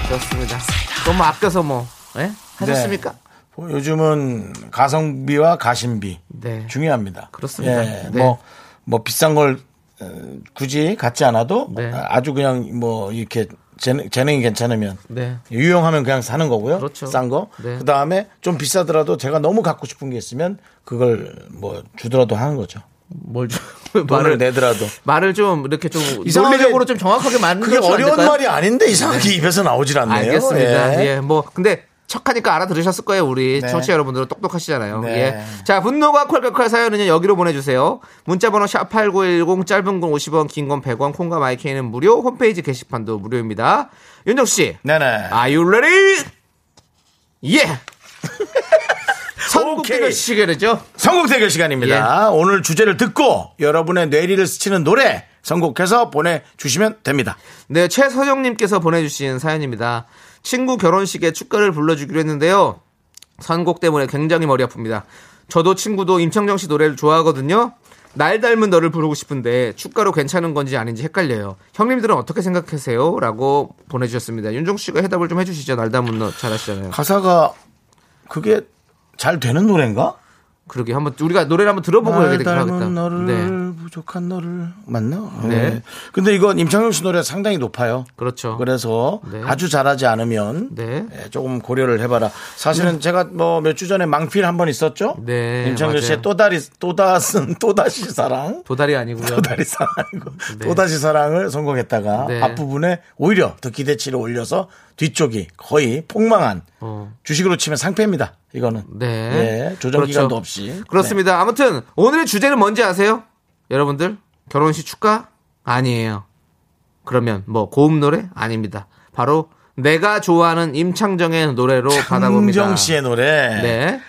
[SPEAKER 2] 그렇습니다. 너무 아껴서 뭐, 예? 하셨습니까?
[SPEAKER 1] 네. 요즘은 가성비와 가심비
[SPEAKER 2] 네.
[SPEAKER 1] 중요합니다.
[SPEAKER 2] 그렇습니다.
[SPEAKER 1] 예,
[SPEAKER 2] 네.
[SPEAKER 1] 뭐, 뭐 비싼 걸 어, 굳이 갖지 않아도
[SPEAKER 2] 네.
[SPEAKER 1] 아주 그냥 뭐 이렇게 재능, 재능이 괜찮으면
[SPEAKER 2] 네.
[SPEAKER 1] 유용하면 그냥 사는 거고요.
[SPEAKER 2] 그렇죠.
[SPEAKER 1] 싼 거.
[SPEAKER 2] 네.
[SPEAKER 1] 그 다음에 좀 비싸더라도 제가 너무 갖고 싶은 게 있으면 그걸 뭐 주더라도 하는 거죠.
[SPEAKER 2] 뭘 좀,
[SPEAKER 1] 돈을
[SPEAKER 2] 말을,
[SPEAKER 1] 내더라도.
[SPEAKER 2] 말을 좀 이렇게 좀
[SPEAKER 1] 이상하게
[SPEAKER 2] 논리적으로 좀 정확하게 만드는
[SPEAKER 1] 그게
[SPEAKER 2] 건
[SPEAKER 1] 어려운
[SPEAKER 2] 어떨까요?
[SPEAKER 1] 말이 아닌데 이상하게 입에서 나오질 않네요.
[SPEAKER 2] 그렇죠. 알겠습니다.
[SPEAKER 1] 예.
[SPEAKER 2] 예. 뭐 근데 척하니까 알아들으셨을 거예요, 우리
[SPEAKER 1] 네.
[SPEAKER 2] 청취자 여러분들은 똑똑하시잖아요.
[SPEAKER 1] 네.
[SPEAKER 2] 예. 자, 분노가 콸콸콸 사연은요, 여기로 보내주세요. 문자번호 샵8910, 짧은 건 50원, 긴 건 100원, 콩과 마이케이는 무료, 홈페이지 게시판도 무료입니다. 윤정씨,
[SPEAKER 1] 네네.
[SPEAKER 2] Are you ready? 예!
[SPEAKER 1] 오케이.
[SPEAKER 2] 선곡대결 시계죠
[SPEAKER 1] 선곡 대결 시간입니다. 오늘 주제를 듣고 여러분의 뇌리를 스치는 노래 선곡해서 보내주시면 됩니다.
[SPEAKER 2] 네, 최서정님께서 보내주신 사연입니다. 친구 결혼식에 축가를 불러주기로 했는데요. 선곡 때문에 굉장히 머리 아픕니다. 저도 친구도 임창정 씨 노래를 좋아하거든요. 날 닮은 너를 부르고 싶은데 축가로 괜찮은 건지 아닌지 헷갈려요. 형님들은 어떻게 생각하세요? 라고 보내주셨습니다. 윤종 씨가 해답을 좀 해주시죠. 날 닮은 너 잘하시잖아요.
[SPEAKER 1] 가사가 그게 잘 되는 노래인가?
[SPEAKER 2] 그러게 한번 우리가 노래를 한번 들어보고
[SPEAKER 1] 날
[SPEAKER 2] 얘기를 하겠다.
[SPEAKER 1] 닮은 아, 너를
[SPEAKER 2] 네,
[SPEAKER 1] 부족한 너를 맞나?
[SPEAKER 2] 네.
[SPEAKER 1] 네. 근데 이건 임창용 씨 노래가 상당히 높아요.
[SPEAKER 2] 그렇죠.
[SPEAKER 1] 그래서
[SPEAKER 2] 네.
[SPEAKER 1] 아주 잘하지 않으면
[SPEAKER 2] 네.
[SPEAKER 1] 예, 조금 고려를 해봐라. 사실은 제가 뭐 몇 주 전에 망필 한 번 있었죠.
[SPEAKER 2] 네,
[SPEAKER 1] 임창용
[SPEAKER 2] 맞아요.
[SPEAKER 1] 씨의 또다리 또다슨 또다시 사랑.
[SPEAKER 2] 도달이 아니고요.
[SPEAKER 1] 또다시 사랑이고 또다시 사랑을 성공했다가
[SPEAKER 2] 네.
[SPEAKER 1] 앞부분에 오히려 더 기대치를 올려서 뒤쪽이 거의 폭망한
[SPEAKER 2] 어.
[SPEAKER 1] 주식으로 치면 상패입니다. 이거는
[SPEAKER 2] 네.
[SPEAKER 1] 예, 조정
[SPEAKER 2] 그렇죠.
[SPEAKER 1] 기간도 없이 네.
[SPEAKER 2] 그렇습니다. 아무튼 오늘의 주제는 뭔지 아세요? 여러분들 결혼식 축가 아니에요. 그러면 뭐 고음 노래 아닙니다. 바로 내가 좋아하는 임창정의 노래로 받아봅니다.
[SPEAKER 1] 정 씨의 노래. 아,
[SPEAKER 2] 네.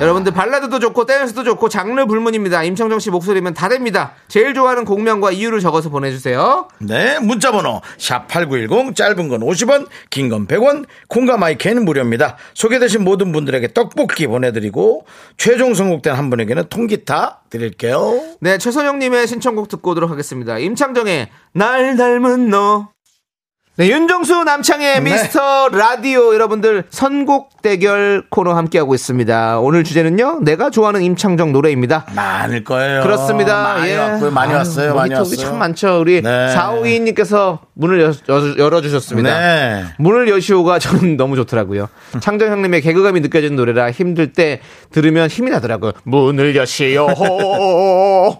[SPEAKER 2] 여러분들 발라드도 좋고 댄스도 좋고 장르 불문입니다. 임창정 씨 목소리면 다 됩니다. 제일 좋아하는 곡명과 이유를 적어서 보내주세요.
[SPEAKER 1] 네, 문자번호 샵8910 짧은 건 50원, 긴 건 100원, 콩과 마이크는 무료입니다. 소개되신 모든 분들에게 떡볶이 보내드리고 최종 선곡된 한 분에게는 통기타 드릴게요.
[SPEAKER 2] 네, 최선영님의 신청곡 듣고 오도록 하겠습니다. 임창정의 날 닮은 너. 네, 윤정수 남창의
[SPEAKER 1] 네.
[SPEAKER 2] 미스터 라디오 여러분들 선곡 대결 코너 함께하고 있습니다. 오늘 주제는요, 내가 좋아하는 임창정 노래입니다.
[SPEAKER 1] 많을 거예요.
[SPEAKER 2] 그렇습니다.
[SPEAKER 1] 어, 많이
[SPEAKER 2] 예.
[SPEAKER 1] 왔고요. 많이
[SPEAKER 2] 아유,
[SPEAKER 1] 왔어요.
[SPEAKER 2] 뭐
[SPEAKER 1] 많이
[SPEAKER 2] 히트곡이
[SPEAKER 1] 왔어요.
[SPEAKER 2] 참 많죠. 우리
[SPEAKER 1] 네.
[SPEAKER 2] 4522님께서 문을 여, 열어주셨습니다
[SPEAKER 1] 네.
[SPEAKER 2] 문을 여시오가 저는 너무 좋더라고요. 창정 형님의 개그감이 느껴지는 노래라 힘들 때 들으면 힘이 나더라고요. 문을 여시오.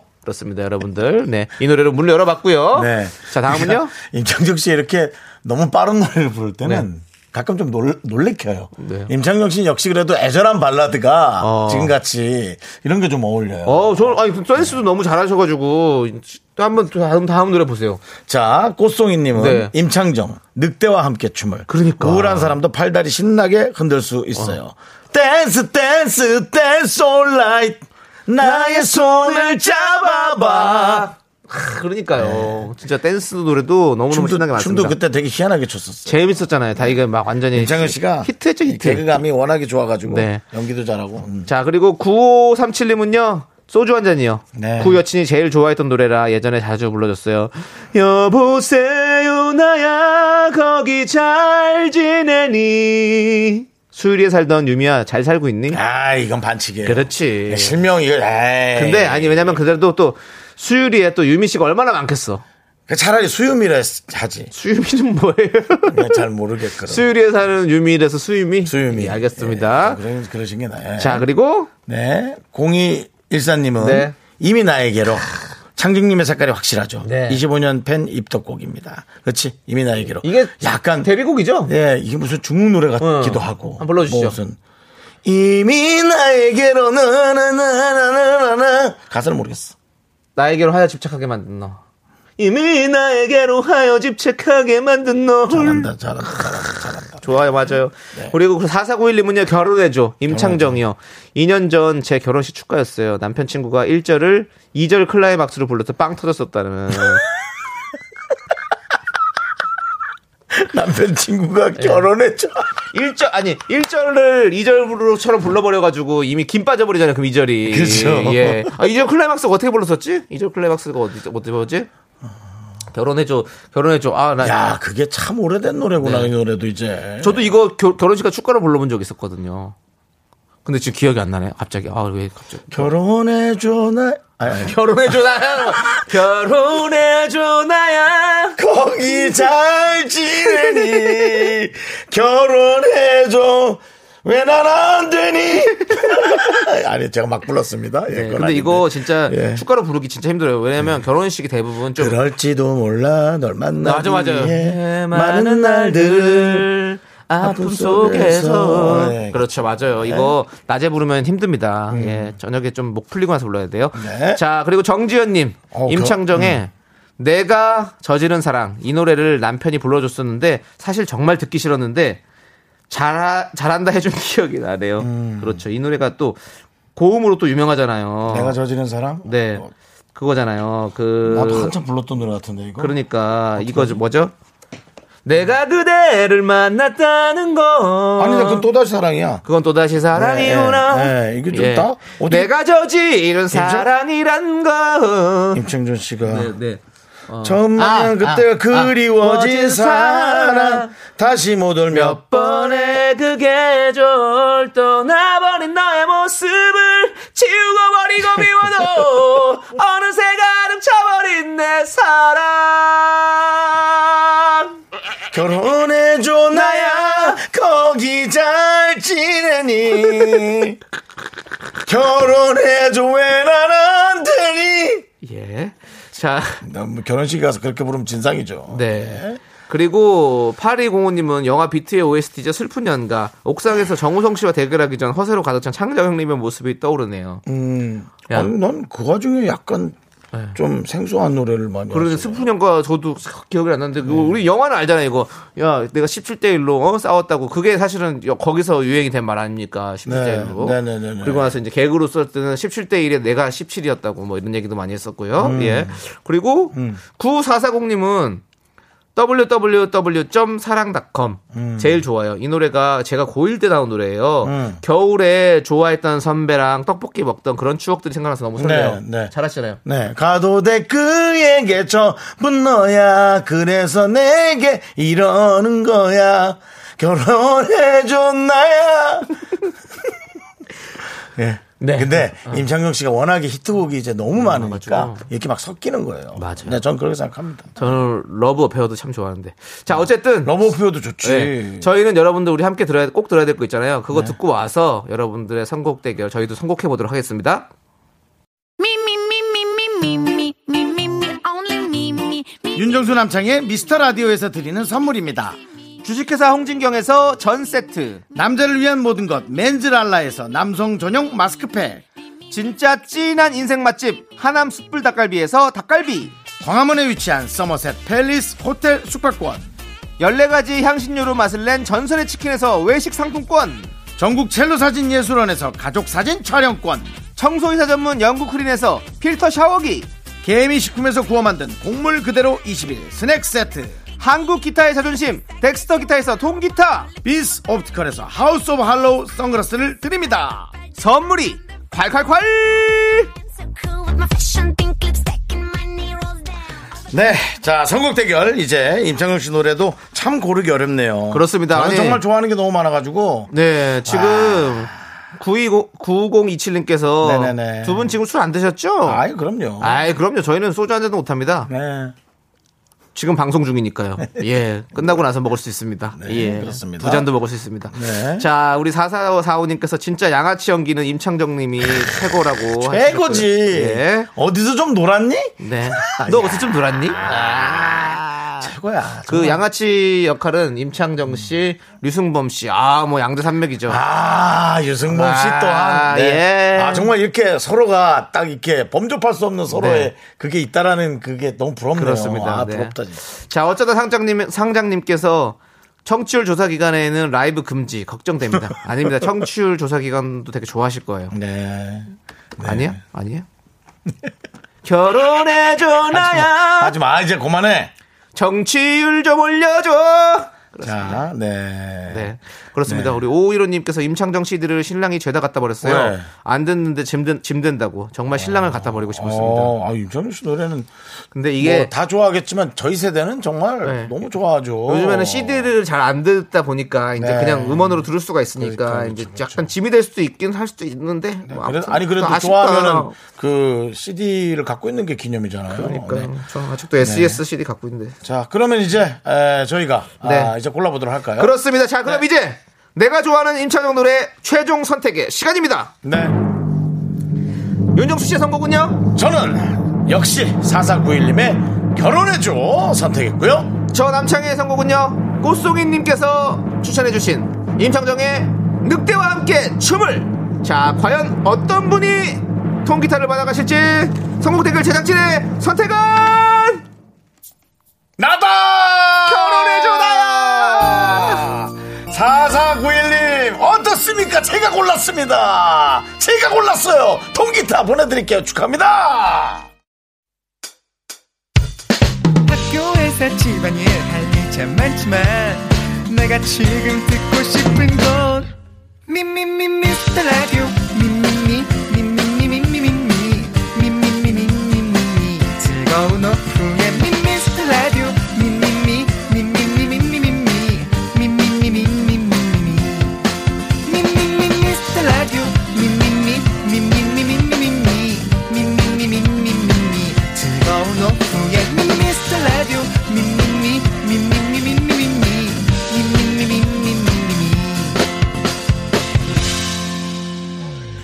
[SPEAKER 2] 그렇습니다, 여러분들. 네. 이 노래로 문을 열어봤고요.
[SPEAKER 1] 네.
[SPEAKER 2] 자, 다음은요.
[SPEAKER 1] 임창정 씨 이렇게 너무 빠른 노래를 부를 때는 가끔 좀 놀, 놀래켜요.
[SPEAKER 2] 네.
[SPEAKER 1] 임창정 씨는 역시 그래도 애절한 발라드가
[SPEAKER 2] 어.
[SPEAKER 1] 지금같이 이런 게 좀 어울려요.
[SPEAKER 2] 어, 저, 아니, 댄스도 너무 잘하셔가지고. 또 한 번, 다음, 다음 노래 보세요.
[SPEAKER 1] 자, 꽃송이님은
[SPEAKER 2] 네.
[SPEAKER 1] 임창정, 늑대와 함께 춤을.
[SPEAKER 2] 그러니까.
[SPEAKER 1] 우울한 사람도 팔다리 신나게 흔들 수 있어요. 댄스, 댄스, 댄스 온라이트. 나의 손을 잡아봐.
[SPEAKER 2] 크, 그러니까요. 진짜 댄스 노래도 너무너무 신나게
[SPEAKER 1] 네. 춤도,
[SPEAKER 2] 맞습니다.
[SPEAKER 1] 뭐 춤도 그때 되게 희한하게 췄었어요.
[SPEAKER 2] 재밌었잖아요. 다이가 막 완전히.
[SPEAKER 1] 임창현 씨가
[SPEAKER 2] 히트했죠, 히트.
[SPEAKER 1] 개그감이 워낙에 좋아가지고
[SPEAKER 2] 네.
[SPEAKER 1] 연기도 잘하고. 음.
[SPEAKER 2] 자, 그리고 9537님은요. 소주 한 잔이요.
[SPEAKER 1] 네.
[SPEAKER 2] 구 여친이 제일 좋아했던 노래라 예전에 자주 불러줬어요. 여보세요 나야 거기 잘 지내니 수유리에 살던 유미야 잘 살고 있니?
[SPEAKER 1] 아, 네. 이건 반칙이에요.
[SPEAKER 2] 그렇지.
[SPEAKER 1] 실명 이거. 에이.
[SPEAKER 2] 근데 아니 왜냐면 그래도 또 수유리에 또 유미 씨가 얼마나 많겠어.
[SPEAKER 1] 그러니까 차라리 수유미라 했- 하지.
[SPEAKER 2] 수유미는 뭐예요?
[SPEAKER 1] 그냥 잘 모르겠거든.
[SPEAKER 2] 수유리에 사는 유미라서 수유미.
[SPEAKER 1] 수유미.
[SPEAKER 2] 예, 알겠습니다.
[SPEAKER 1] 예, 그러, 그러신 게 나아요.
[SPEAKER 2] 자 그리고
[SPEAKER 1] 네. 0214님은
[SPEAKER 2] 네.
[SPEAKER 1] 이미 나에게로. 창중님의 색깔이 확실하죠.
[SPEAKER 2] 네.
[SPEAKER 1] 25년 팬 입덕곡입니다. 그렇지? 이미 나에게로.
[SPEAKER 2] 이게
[SPEAKER 1] 약간
[SPEAKER 2] 데뷔곡이죠?
[SPEAKER 1] 예, 이게 무슨 중국 노래 같기도
[SPEAKER 2] 어.
[SPEAKER 1] 하고.
[SPEAKER 2] 한번 불러주시죠.
[SPEAKER 1] 뭐 무슨 이미 나에게로 나나나나나나 가사를 모르겠어.
[SPEAKER 2] 나에게로 하여 집착하게 만든 너. 이미 나에게로 하여 집착하게 만든 너.
[SPEAKER 1] 잘한다, 잘한다, 잘한다, 잘한다.
[SPEAKER 2] 좋아요, 맞아요. 그리고 4491님은요, 네. 결혼해줘. 임창정이요. 2년 전 제 결혼식 축가였어요. 남편 친구가 1절을 2절 클라이막스로 불러서 빵 터졌었다는.
[SPEAKER 1] 남편 친구가
[SPEAKER 2] 예.
[SPEAKER 1] 결혼했죠.
[SPEAKER 2] 1절, 아니, 1절을 2절처럼 불러버려가지고 이미 김 빠져버리잖아요, 그럼 2절이.
[SPEAKER 1] 그죠.
[SPEAKER 2] 예. 아, 2절 클라이막스가 어떻게 불렀었지? 2절 클라이막스가 어디, 어디, 뭐지? 결혼해줘, 결혼해줘. 아, 나.
[SPEAKER 1] 야, 그게 참 오래된 노래구나,
[SPEAKER 2] 네.
[SPEAKER 1] 이 노래도 이제.
[SPEAKER 2] 저도 이거 겨- 결혼식과 축가로 불러본 적 있었거든요. 근데 지금 기억이 안 나네. 갑자기. 아, 왜 갑자기.
[SPEAKER 1] 결혼해줘, 나. 아, 아니.
[SPEAKER 2] 결혼해줘, 나야. 결혼해줘, 나야.
[SPEAKER 1] 거기 잘 지내니. 결혼해줘. 왜 난 안 되니? 아니, 제가 막 불렀습니다. 예,
[SPEAKER 2] 네,
[SPEAKER 1] 그건
[SPEAKER 2] 근데
[SPEAKER 1] 아닌데.
[SPEAKER 2] 이거 진짜
[SPEAKER 1] 예.
[SPEAKER 2] 축가로 부르기 진짜 힘들어요. 왜냐면 결혼식이 대부분 좀
[SPEAKER 1] 그럴지도 몰라 널 만나
[SPEAKER 2] 맞아 맞아 예. 네,
[SPEAKER 1] 위해 많은 날들을 아픔 속에서. 네.
[SPEAKER 2] 그렇죠 맞아요 이거 낮에 부르면 힘듭니다 예 저녁에 좀 목 풀리고 나서 불러야 돼요
[SPEAKER 1] 음. 네.
[SPEAKER 2] 자 그리고 정지현님
[SPEAKER 1] 어,
[SPEAKER 2] 임창정의 내가 저지른 사랑 이 노래를 남편이 불러줬었는데 사실 정말 듣기 싫었는데 잘 잘한다 해준 기억이 나네요
[SPEAKER 1] 음.
[SPEAKER 2] 그렇죠 이 노래가 또 고음으로 또 유명하잖아요
[SPEAKER 1] 내가 저지른 사람
[SPEAKER 2] 네
[SPEAKER 1] 어,
[SPEAKER 2] 그거잖아요 그
[SPEAKER 1] 나도 한참 불렀던 노래 같은데 이거
[SPEAKER 2] 그러니까 이거죠 뭐죠? 내가 그대를 만났다는 거.
[SPEAKER 1] 아니 나 그건 또다시 사랑이야
[SPEAKER 2] 그건 또다시 사랑이구나. 예.
[SPEAKER 1] 네, 네, 이게 좀 다- 어디-
[SPEAKER 2] 내가 저지른 사랑이란 거.
[SPEAKER 1] 임창준 씨가
[SPEAKER 2] 네, 네.
[SPEAKER 1] 정말
[SPEAKER 2] 아,
[SPEAKER 1] 그때가
[SPEAKER 2] 아,
[SPEAKER 1] 그리워진
[SPEAKER 2] 아,
[SPEAKER 1] 사랑
[SPEAKER 2] 사랑.
[SPEAKER 1] 다시 못 올 몇
[SPEAKER 2] 몇 번의 그 계절 떠나버린 너의 모습을 지우고 버리고 미워도 어느새 가득 차버린 내 사랑.
[SPEAKER 1] 결혼해줘 나야 거기 잘 지내니 결혼해줘 왜 난 안 되니
[SPEAKER 2] 예. 자,
[SPEAKER 1] 너무 결혼식 가서 그렇게 부르면 진상이죠
[SPEAKER 2] 네. 그리고 8205님은 영화 비트의 OST죠. 슬픈 연가. 옥상에서 정우성 씨와 대결하기 전 허세로 가득 찬 창작 형님의 모습이 떠오르네요.
[SPEAKER 1] 음.
[SPEAKER 2] 야. 네.
[SPEAKER 1] 아니, 난 그 와중에 약간 좀 생소한 노래를 많이
[SPEAKER 2] 그러게
[SPEAKER 1] 하세요.
[SPEAKER 2] 슬픈 연가 저도 기억이 안 나는데 그거 우리 영화는 알잖아요. 이거 야 내가 17대 1로 어, 싸웠다고 그게 사실은 여- 거기서 유행이 된 말 아닙니까? 17대 1로.
[SPEAKER 1] 네, 네, 네, 네.
[SPEAKER 2] 그리고 나서 이제 개그로 쓸 때는 17대 1에 내가 17이었다고 뭐 이런 얘기도 많이 했었고요.
[SPEAKER 1] 음.
[SPEAKER 2] 예. 그리고 9440님은 www.사랑닷컴
[SPEAKER 1] 음.
[SPEAKER 2] 제일 좋아요. 이 노래가 제가 고1 때 나온 노래예요.
[SPEAKER 1] 음.
[SPEAKER 2] 겨울에 좋아했던 선배랑 떡볶이 먹던 그런 추억들이 생각나서 너무 설레요.
[SPEAKER 1] 네, 네.
[SPEAKER 2] 잘하시나요?
[SPEAKER 1] 네. 가도 돼 그에게 저분 너야. 그래서 내게 이러는 거야. 결혼해줘 나야. 예.
[SPEAKER 2] 네. 음,
[SPEAKER 1] 근데 임창정 씨가 워낙에 히트곡이 이제 너무 많으니까
[SPEAKER 2] 맞죠.
[SPEAKER 1] 이렇게 막 섞이는 거예요.
[SPEAKER 2] 맞아요.
[SPEAKER 1] 네, 전 그렇게 생각합니다.
[SPEAKER 2] 저는 러브 어페어도 참 좋아하는데. 자, 어쨌든.
[SPEAKER 1] 러브오피오도 좋지. 네.
[SPEAKER 2] 네. 저희는 여러분들 우리 함께 들어야 꼭 들어야 될 거 있잖아요. 그거 듣고 와서 여러분들의 선곡 대결 저희도 선곡해 보도록 하겠습니다.
[SPEAKER 1] 윤정수 남창의 미스터 라디오에서 드리는 선물입니다.
[SPEAKER 2] 주식회사 홍진경에서 전 세트
[SPEAKER 1] 남자를 위한 모든 것 맨즈랄라에서 남성 전용 마스크팩.
[SPEAKER 2] 진짜 찐한 인생 맛집 하남 숯불 닭갈비에서 닭갈비
[SPEAKER 1] 광화문에 위치한 서머셋 팰리스 호텔 숙박권
[SPEAKER 2] 14가지 향신료로 맛을 낸 전설의 치킨에서 외식 상품권
[SPEAKER 1] 전국 첼로 사진 예술원에서 가족 사진 촬영권
[SPEAKER 2] 청소이사 전문 영국 크린에서 필터 샤워기
[SPEAKER 1] 개미 식품에서 구워 만든 곡물 그대로 20일 스낵 세트
[SPEAKER 2] 한국 기타의 자존심 덱스터 기타에서 통기타
[SPEAKER 1] 비스 옵티컬에서 하우스 오브 할로우 선글라스를 드립니다
[SPEAKER 2] 선물이 콸콸콸
[SPEAKER 1] 네 자 선곡 대결 이제 임창용 씨 노래도 참 고르기 어렵네요
[SPEAKER 2] 그렇습니다. 예.
[SPEAKER 1] 저는
[SPEAKER 2] 아니.
[SPEAKER 1] 정말 좋아하는 게 너무 많아가지고
[SPEAKER 2] 네 지금 920, 9027님께서
[SPEAKER 1] 아. 네네네.
[SPEAKER 2] 두 분 지금 술 안 드셨죠?
[SPEAKER 1] 아이 그럼요
[SPEAKER 2] 아이 그럼요 저희는 소주 한 잔도 못합니다
[SPEAKER 1] 네
[SPEAKER 2] 지금 방송 중이니까요. 예. 끝나고 나서 먹을 수 있습니다.
[SPEAKER 1] 네,
[SPEAKER 2] 예.
[SPEAKER 1] 그렇습니다.
[SPEAKER 2] 두 잔도 먹을 수 있습니다.
[SPEAKER 1] 네.
[SPEAKER 2] 자, 우리 4445님께서 진짜 양아치 연기는 임창정 님이 최고라고.
[SPEAKER 1] 최고지
[SPEAKER 2] 하셨고요. 예.
[SPEAKER 1] 어디서 좀 놀았니?
[SPEAKER 2] 네. 너 어디서 좀 놀았니? 아.
[SPEAKER 1] 최고야
[SPEAKER 2] 그 양아치 역할은 임창정 씨, 류승범 씨. 아, 뭐 양대 산맥이죠.
[SPEAKER 1] 아, 유승범 씨
[SPEAKER 2] 아,
[SPEAKER 1] 또한. 네.
[SPEAKER 2] 예.
[SPEAKER 1] 아, 정말 이렇게 서로가 딱 이렇게 범접할 수 없는 서로의
[SPEAKER 2] 네.
[SPEAKER 1] 그게 있다라는 그게 너무 부럽네요.
[SPEAKER 2] 그렇습니다.
[SPEAKER 1] 아,
[SPEAKER 2] 네.
[SPEAKER 1] 부럽다, 진짜.
[SPEAKER 2] 자, 어쩌다 상장님, 상장님께서 청취율 조사 기간에는 라이브 금지 걱정됩니다. 아닙니다. 청취율 조사 기간도 되게 좋아하실 거예요.
[SPEAKER 1] 네.
[SPEAKER 2] 아니야? 아니야? 결혼해줘 나야
[SPEAKER 1] 하지 마, 이제 그만해.
[SPEAKER 2] 정치율 좀 올려줘
[SPEAKER 1] 자, 네.
[SPEAKER 2] 네 그렇습니다. 우리 오일호님께서 임창정 CD를 신랑이 죄다 갖다 버렸어요.
[SPEAKER 1] 네.
[SPEAKER 2] 안 듣는데 짐, 든, 짐 된다고 정말 신랑을 갖다 버리고 싶었습니다.
[SPEAKER 1] 어, 아, 임창정 씨 노래는
[SPEAKER 2] 근데 이게
[SPEAKER 1] 뭐다 좋아하겠지만 저희 세대는 정말
[SPEAKER 2] 네.
[SPEAKER 1] 너무 좋아하죠.
[SPEAKER 2] 요즘에는 CD를 잘 안 듣다 보니까 이제
[SPEAKER 1] 어. 네.
[SPEAKER 2] 그냥 음원으로 들을 수가 있으니까
[SPEAKER 1] 그러니까,
[SPEAKER 2] 이제
[SPEAKER 1] 그렇죠, 네,
[SPEAKER 2] 약간 짐이 될 수도 있긴 할 수도 있는데 뭐
[SPEAKER 1] 그래,
[SPEAKER 2] 아무튼
[SPEAKER 1] 아니 그래도
[SPEAKER 2] 또 아쉽다.
[SPEAKER 1] 좋아하면은 그 CD를 갖고 있는 게 기념이잖아요.
[SPEAKER 2] 그러니까
[SPEAKER 1] 네.
[SPEAKER 2] 저 아직도 SES CD 갖고 있는데
[SPEAKER 1] 자, 그러면 이제 에, 저희가 아,
[SPEAKER 2] 네.
[SPEAKER 1] 이제 골라보도록 할까요?
[SPEAKER 2] 그렇습니다. 자
[SPEAKER 1] 네.
[SPEAKER 2] 그럼 이제 내가 좋아하는 임창정 노래 최종 선택의 시간입니다.
[SPEAKER 1] 네.
[SPEAKER 2] 윤정수 씨의 선곡은요?
[SPEAKER 1] 저는 역시 4491님의 결혼해줘 선택했고요.
[SPEAKER 2] 저 남창희의 선곡은요? 꽃송이님께서 추천해주신 임창정의 늑대와 함께 춤을 자 과연 어떤 분이 통기타를 받아가실지 선곡 댓글 제작진의 선택은
[SPEAKER 1] 나다!
[SPEAKER 2] 결혼해줘, 나야!
[SPEAKER 1] 4491님, 어떻습니까? 제가 골랐습니다. 제가 골랐어요. 통기타 보내드릴게요. 축하합니다.
[SPEAKER 4] 학교에서 집안일 할 일 참 많지만 내가 지금 듣고 싶은 건 미미미 미스터 라디오 미미미 미미미 미미미 미미미 미미미 즐거운 오후에 미미스터 라디오 미미미 미미미 미미미 미미미 미미미 미미미 미스터 라디오 미미미 미미미 미미미 미미미 미미미 즐거운 오후에 미스터 라디오 미미미 미미미 미미미 미미미 미미미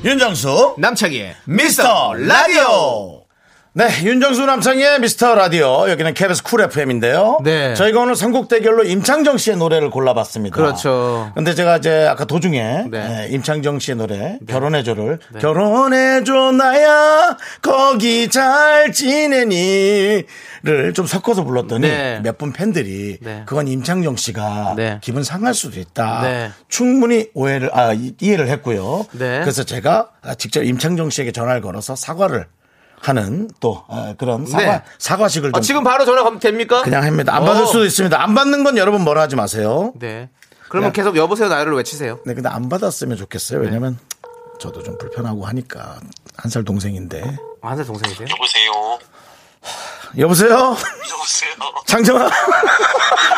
[SPEAKER 1] 윤정수,
[SPEAKER 2] 남창희의
[SPEAKER 1] 미스터 라디오. 네, 윤정수 남창의 미스터 라디오. 여기는 KBS 쿨 FM인데요.
[SPEAKER 2] 네.
[SPEAKER 1] 저희가 오늘 선곡 대결로 임창정 씨의 노래를 골라봤습니다.
[SPEAKER 2] 그렇죠.
[SPEAKER 1] 근데 제가 이제 아까 도중에
[SPEAKER 2] 네.
[SPEAKER 1] 예, 임창정 씨의 노래 결혼해줘를 결혼해줘 나야 거기 잘 지내니를 좀 섞어서 불렀더니
[SPEAKER 2] 네.
[SPEAKER 1] 몇 분 팬들이
[SPEAKER 2] 네.
[SPEAKER 1] 그건 임창정 씨가
[SPEAKER 2] 네.
[SPEAKER 1] 기분 상할 수도 있다.
[SPEAKER 2] 네.
[SPEAKER 1] 충분히 오해를 아 이- 이해를 했고요.
[SPEAKER 2] 네.
[SPEAKER 1] 그래서 제가 직접 임창정 씨에게 전화를 걸어서 사과를 하는 또 어, 그런 사과
[SPEAKER 2] 네.
[SPEAKER 1] 사과식을 좀
[SPEAKER 2] 아, 지금 바로 전화 가면 됩니까?
[SPEAKER 1] 그냥 합니다. 안 받을
[SPEAKER 2] 오.
[SPEAKER 1] 수도 있습니다. 안 받는 건 여러분 뭐라 하지 마세요.
[SPEAKER 2] 네. 그러면 계속 여보세요 나를 외치세요.
[SPEAKER 1] 네, 근데 안 받았으면 좋겠어요. 왜냐면 저도 좀 불편하고 하니까 한 살 동생인데.
[SPEAKER 2] 아, 한살 동생이세요?
[SPEAKER 5] 여보세요.
[SPEAKER 1] 여보세요?
[SPEAKER 5] 여보세요.
[SPEAKER 1] 장정아?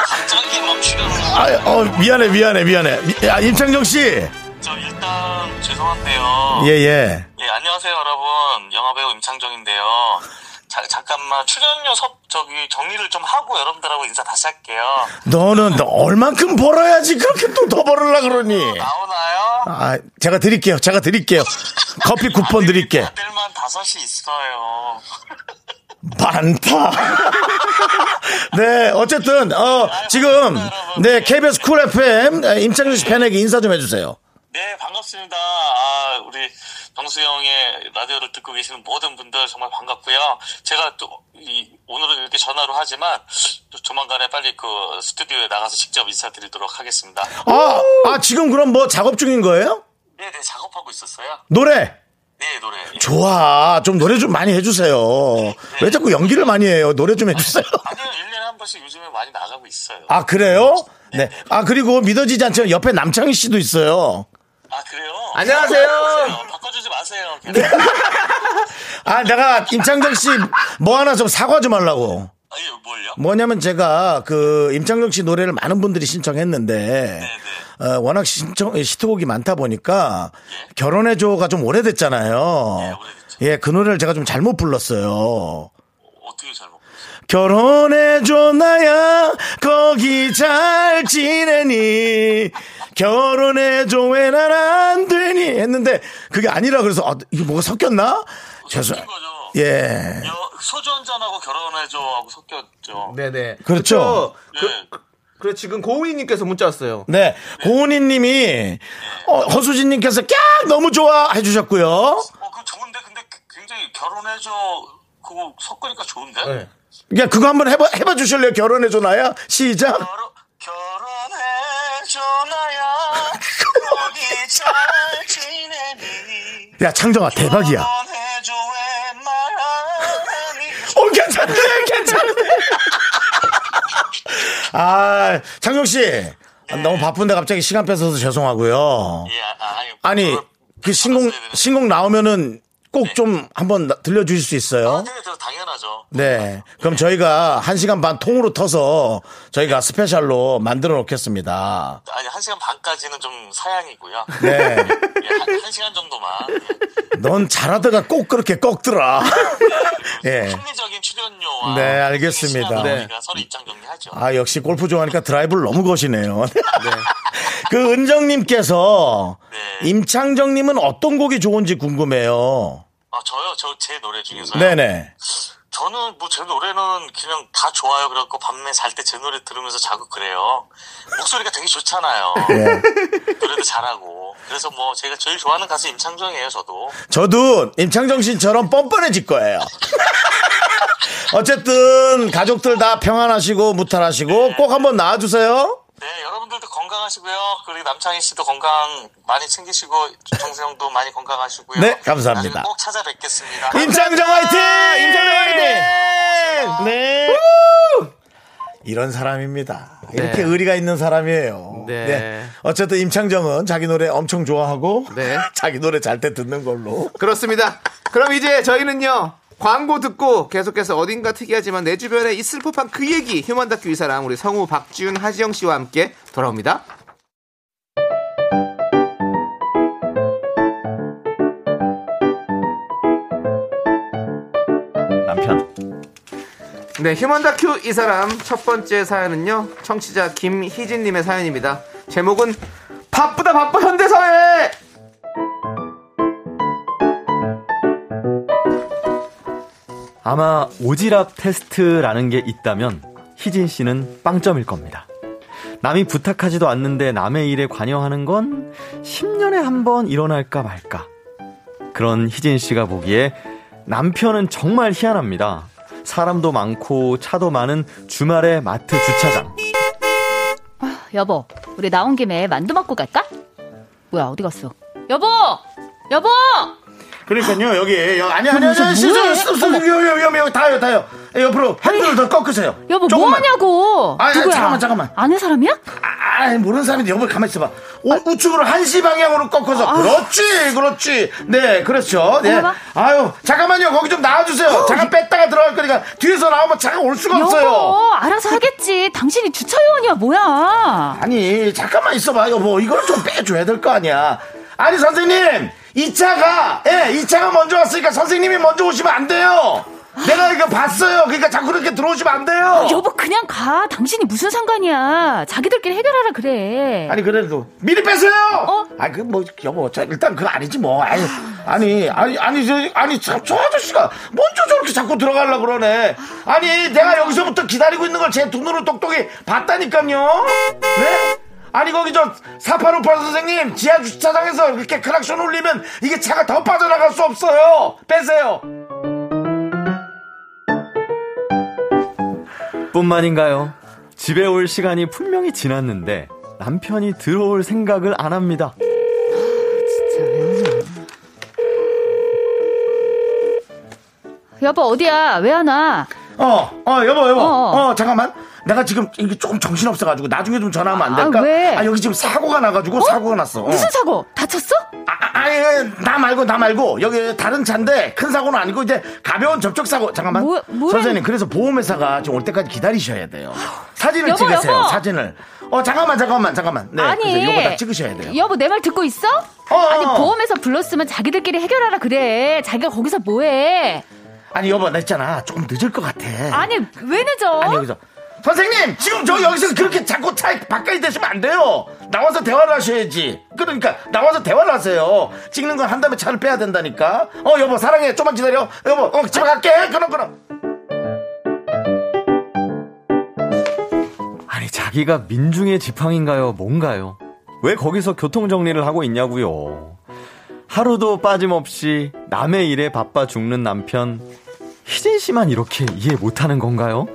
[SPEAKER 5] 갑자기 멈추려나.
[SPEAKER 1] 아, 어, 미안해, 미안해, 미안해. 미- 아, 임창정 씨. 예,
[SPEAKER 5] 저 일단 죄송한데요. 예.
[SPEAKER 1] 예.
[SPEAKER 5] 안녕하세요 여러분. 영화배우 임창정인데요. 자, 잠깐만 출연료 섭 저기 정리를 좀 하고 여러분들하고 인사 다시 할게요.
[SPEAKER 1] 너는 너 얼만큼 벌어야지 그렇게 또 더 벌으려 그러니.
[SPEAKER 5] 나오나요?
[SPEAKER 1] 아, 제가 드릴게요. 제가 드릴게요. 커피 쿠폰 드릴게.
[SPEAKER 5] 아들만 다섯이 있어요.
[SPEAKER 1] 많다. 네, 어쨌든, 어, 지금, 네, KBS 쿨 FM 에, 임창정 씨 팬에게 인사 좀 해주세요.
[SPEAKER 5] 네 반갑습니다. 아, 우리 정수 형의 라디오를 듣고 계시는 모든 분들 정말 반갑고요. 제가 또 이, 오늘은 이렇게 전화로 하지만 또 조만간에 빨리 그 스튜디오에 나가서 직접 인사드리도록 하겠습니다.
[SPEAKER 1] 아, 아, 지금 그럼 뭐 작업 중인 거예요?
[SPEAKER 5] 네, 네 작업하고 있었어요.
[SPEAKER 1] 노래!
[SPEAKER 5] 네 노래.
[SPEAKER 1] 좋아. 좀 노래 좀 많이 해주세요. 왜 자꾸 연기를 많이 해요? 노래 좀 해주세요.
[SPEAKER 5] 아니요 1년에 한 번씩 요즘에 많이 나가고 있어요.
[SPEAKER 1] 아, 그래요? 네. 아, 그리고 믿어지지 않지만 옆에 남창희 씨도 있어요.
[SPEAKER 5] 아, 그래요?
[SPEAKER 2] 안녕하세요. 네.
[SPEAKER 5] 바꿔주세요. 바꿔주지 마세요.
[SPEAKER 1] 아, 내가 임창정 씨 뭐 하나 좀 사과 좀 하려고.
[SPEAKER 5] 아니 뭘요?
[SPEAKER 1] 뭐냐면 제가 그 임창정 씨 노래를 많은 분들이 신청했는데
[SPEAKER 5] 네.
[SPEAKER 1] 어, 워낙 신청 히트곡이 많다 보니까 결혼해줘가 좀 오래됐잖아요.
[SPEAKER 5] 네, 오래됐죠.
[SPEAKER 1] 예, 그 노래를 제가 좀 잘못 불렀어요.
[SPEAKER 5] 어떻게 잘못?
[SPEAKER 1] 결혼해줘 나야 거기 잘 지내니 결혼해줘 왜 난 안 되니 했는데 그게 아니라 그래서 아, 이게 뭐가 섞였나? 죄송
[SPEAKER 5] 섞인 거죠.
[SPEAKER 1] 예
[SPEAKER 5] 여, 소주 한잔하고 결혼해줘 하고 섞였죠. 네.
[SPEAKER 2] 네네.
[SPEAKER 1] 그렇죠.
[SPEAKER 2] 그렇죠. 그, 그래 지금 고은이님께서 문자 왔어요.
[SPEAKER 1] 네, 고은희님이 어, 허수진님께서 깍 너무 좋아 해주셨고요.
[SPEAKER 5] 어, 그거 좋은데? 근데 그- 굉장히 결혼해줘 그거 섞으니까 좋은데?
[SPEAKER 2] 네.
[SPEAKER 1] 야 그러니까 그거 한번 해봐 해봐 주실래요? 결혼해줘 나야 시작.
[SPEAKER 5] 결혼, 결혼해줘 나야 거기 잘 지내니
[SPEAKER 1] 야 창정아 대박이야.
[SPEAKER 5] 결혼해줘 왜말하니
[SPEAKER 1] 어 괜찮네 괜찮네. 아 창정 씨 너무 바쁜데 갑자기 시간 뺏어서 죄송하고요.
[SPEAKER 5] 예, 아, 아니,
[SPEAKER 1] 아니
[SPEAKER 5] 그걸
[SPEAKER 1] 그 신곡
[SPEAKER 5] 받았어야 되는데.
[SPEAKER 1] 신곡 나오면은 꼭 좀 한번 나- 들려주실 수
[SPEAKER 5] 아,
[SPEAKER 1] 있어요?
[SPEAKER 5] 네, 저 당연하죠.
[SPEAKER 1] 네. 그럼 저희가 한 시간 반 통으로 터서 저희가 스페셜로 만들어 놓겠습니다.
[SPEAKER 5] 아니 한 시간 반까지는 좀 사양이고요.
[SPEAKER 1] 네.
[SPEAKER 5] 예, 한, 한 시간 정도만
[SPEAKER 1] 넌 잘하다가 꼭 그렇게 꺾더라. 예.
[SPEAKER 5] 합리적인 출연료와
[SPEAKER 1] 네, 알겠습니다.
[SPEAKER 5] 시간을
[SPEAKER 1] 네.
[SPEAKER 5] 우리가 서로 입장 정리하죠.
[SPEAKER 1] 아, 역시 골프 좋아하니까 드라이브를 너무 거시네요. 그 은정님께서
[SPEAKER 5] 네.
[SPEAKER 1] 임창정님은 어떤 곡이 좋은지 궁금해요.
[SPEAKER 5] 아 저요, 저 제 노래 중에서요.
[SPEAKER 1] 네네.
[SPEAKER 5] 저는 뭐 제 노래는 그냥 다 좋아요. 그래갖고 밤에 잘 때 제 노래 들으면서 자고 그래요. 목소리가 되게 좋잖아요.
[SPEAKER 1] 예.
[SPEAKER 5] 노래도 잘하고. 그래서 뭐 제가 제일 좋아하는 가수 임창정이에요, 저도.
[SPEAKER 1] 저도 임창정 씨처럼 뻔뻔해질 거예요. 어쨌든 가족들 다 평안하시고 무탈하시고 꼭 한번 나와주세요.
[SPEAKER 5] 네, 여러분들도 건강하시고요. 그리고 남창희 씨도 건강 많이 챙기시고 정세 형도 많이 건강하시고요.
[SPEAKER 1] 네, 감사합니다.
[SPEAKER 5] 나중에 꼭 찾아뵙겠습니다.
[SPEAKER 1] 임창정 화이팅!
[SPEAKER 2] 임창정 화이팅!
[SPEAKER 1] 네. 이런 사람입니다. 이렇게
[SPEAKER 2] 네.
[SPEAKER 1] 의리가 있는 사람이에요.
[SPEAKER 2] 네.
[SPEAKER 1] 어쨌든 임창정은 자기 노래 엄청 좋아하고
[SPEAKER 2] 네.
[SPEAKER 1] 자기 노래 잘 때 듣는 걸로.
[SPEAKER 2] 그렇습니다. 그럼 이제 저희는요. 광고 듣고 계속해서 어딘가 특이하지만 내 주변에 있을 법한 그 얘기 휴먼 다큐 이 사람 우리 성우 박지훈 하지영 씨와 함께 돌아옵니다.
[SPEAKER 6] 남편.
[SPEAKER 2] 네, 휴먼 다큐 이 사람 첫 번째 사연은요. 청취자 김희진 님의 사연입니다. 제목은 바쁘다 바빠 현대사회.
[SPEAKER 7] 아마 오지랖 테스트라는 게 있다면 희진 씨는 빵점일 겁니다. 남이 부탁하지도 않는데 남의 일에 관여하는 건 10년에 한 번 일어날까 말까. 그런 희진 씨가 보기에 남편은 정말 희한합니다. 사람도 많고 차도 많은 주말의 마트 주차장.
[SPEAKER 8] 여보, 우리 나온 김에 만두 먹고 갈까? 뭐야, 어디 갔어? 여보! 여보!
[SPEAKER 1] 그러니까요 여기 여- 아니 아니 아니 아니 시선 시선 위험해요 위험해요 다요 다요 옆으로 핸들을 더 꺾으세요.
[SPEAKER 8] 여보, 뭐
[SPEAKER 1] 조금만.
[SPEAKER 8] 하냐고!
[SPEAKER 1] 아니, 아니,
[SPEAKER 8] 누구야?
[SPEAKER 1] 잠깐만, 잠깐만.
[SPEAKER 8] 아는 사람이야?
[SPEAKER 1] 아, 모르는 사람인데 여보 가만 있어봐. 오,
[SPEAKER 8] 아.
[SPEAKER 1] 우측으로 한시 방향으로 꺾어서 그렇지, 그렇지. 네, 그렇죠. 네.
[SPEAKER 8] 봐봐.
[SPEAKER 1] 아유, 잠깐만요. 거기 좀 나와주세요. 잠깐 뺐다가 들어갈 거니까 뒤에서 나오면 잠깐 올 수가 없어요.
[SPEAKER 8] 여보, 알아서 하겠지. 당신이 주차요원이야, 뭐야?
[SPEAKER 1] 아니, 잠깐만 있어봐. 여보, 이걸 좀 빼줘야 될 거 아니야. 아니 선생님, 이 차가, 예, 이 차가 먼저 왔으니까 선생님이 먼저 오시면 안 돼요. 내가 이거 봤어요. 그러니까 자꾸 이렇게 들어오시면 안 돼요.
[SPEAKER 8] 아, 여보, 그냥 가. 당신이 무슨 상관이야. 자기들끼리 해결하라 그래.
[SPEAKER 1] 네. 아니 그래도 미리 빼세요.
[SPEAKER 8] 어?
[SPEAKER 1] 아니 그 뭐 여보 저 일단 그거 아니지 뭐. 아니 아니 아니 아니 저 아니 참, 저 아저씨가 먼저 저렇게 자꾸 들어가려 그러네. 아니 내가 여기서부터 기다리고 있는 걸 제 두 눈으로 똑똑히 봤다니까요. 네? 아니 거기 저 사파로파 선생님 지하 주차장에서 이렇게 크락션 울리면 이게 차가 더 빠져나갈 수 없어요. 빼세요.
[SPEAKER 7] 뿐만인가요? 집에 올 시간이 분명히 지났는데 남편이 들어올 생각을 안 합니다.
[SPEAKER 8] 여보, 어디야? 왜 안 와?
[SPEAKER 1] 어, 어, 여보, 여보.
[SPEAKER 8] 어.
[SPEAKER 1] 어, 잠깐만. 내가 지금 이게 조금 정신없어가지고 나중에 좀 전화하면 안 될까?
[SPEAKER 8] 아, 왜?
[SPEAKER 1] 아, 여기 지금 사고가 나가지고 사고가 났어. 어.
[SPEAKER 8] 무슨 사고? 다쳤어?
[SPEAKER 1] 아, 아, 아니, 아니, 나 말고, 나 말고. 여기 다른 차인데 큰 사고는 아니고 이제 가벼운 접촉사고. 잠깐만.
[SPEAKER 8] 뭐, 뭐래?
[SPEAKER 1] 선생님, 그래서 보험회사가 지금 올 때까지 기다리셔야 돼요. 사진을
[SPEAKER 8] 여보,
[SPEAKER 1] 찍으세요,
[SPEAKER 8] 여보.
[SPEAKER 1] 사진을. 어, 잠깐만, 잠깐만, 잠깐만. 네.
[SPEAKER 8] 아니,
[SPEAKER 1] 그래서 요거 다 찍으셔야 돼요.
[SPEAKER 8] 여보, 내 말 듣고 있어?
[SPEAKER 1] 어.
[SPEAKER 8] 아니, 보험에서 불렀으면 자기들끼리 해결하라 그래. 자기가 거기서 뭐해?
[SPEAKER 1] 아니, 여보, 나 있잖아. 조금 늦을 것 같아.
[SPEAKER 8] 아니, 왜 늦어?
[SPEAKER 1] 아니 여기서 선생님 지금 저 여기서 그렇게 자꾸 차 바깥에 대시면 안 돼요 나와서 대화를 하셔야지 그러니까 나와서 대화를 하세요 찍는 건 한 다음에 차를 빼야 된다니까 어 여보 사랑해 좀만 기다려 여보 어 집에 갈게 그럼 그럼
[SPEAKER 7] 아니 자기가 민중의 지팡인가요 뭔가요 왜 거기서 교통정리를 하고 있냐고요 하루도 빠짐없이 남의 일에 바빠 죽는 남편 희진 씨만 이렇게 이해 못하는 건가요?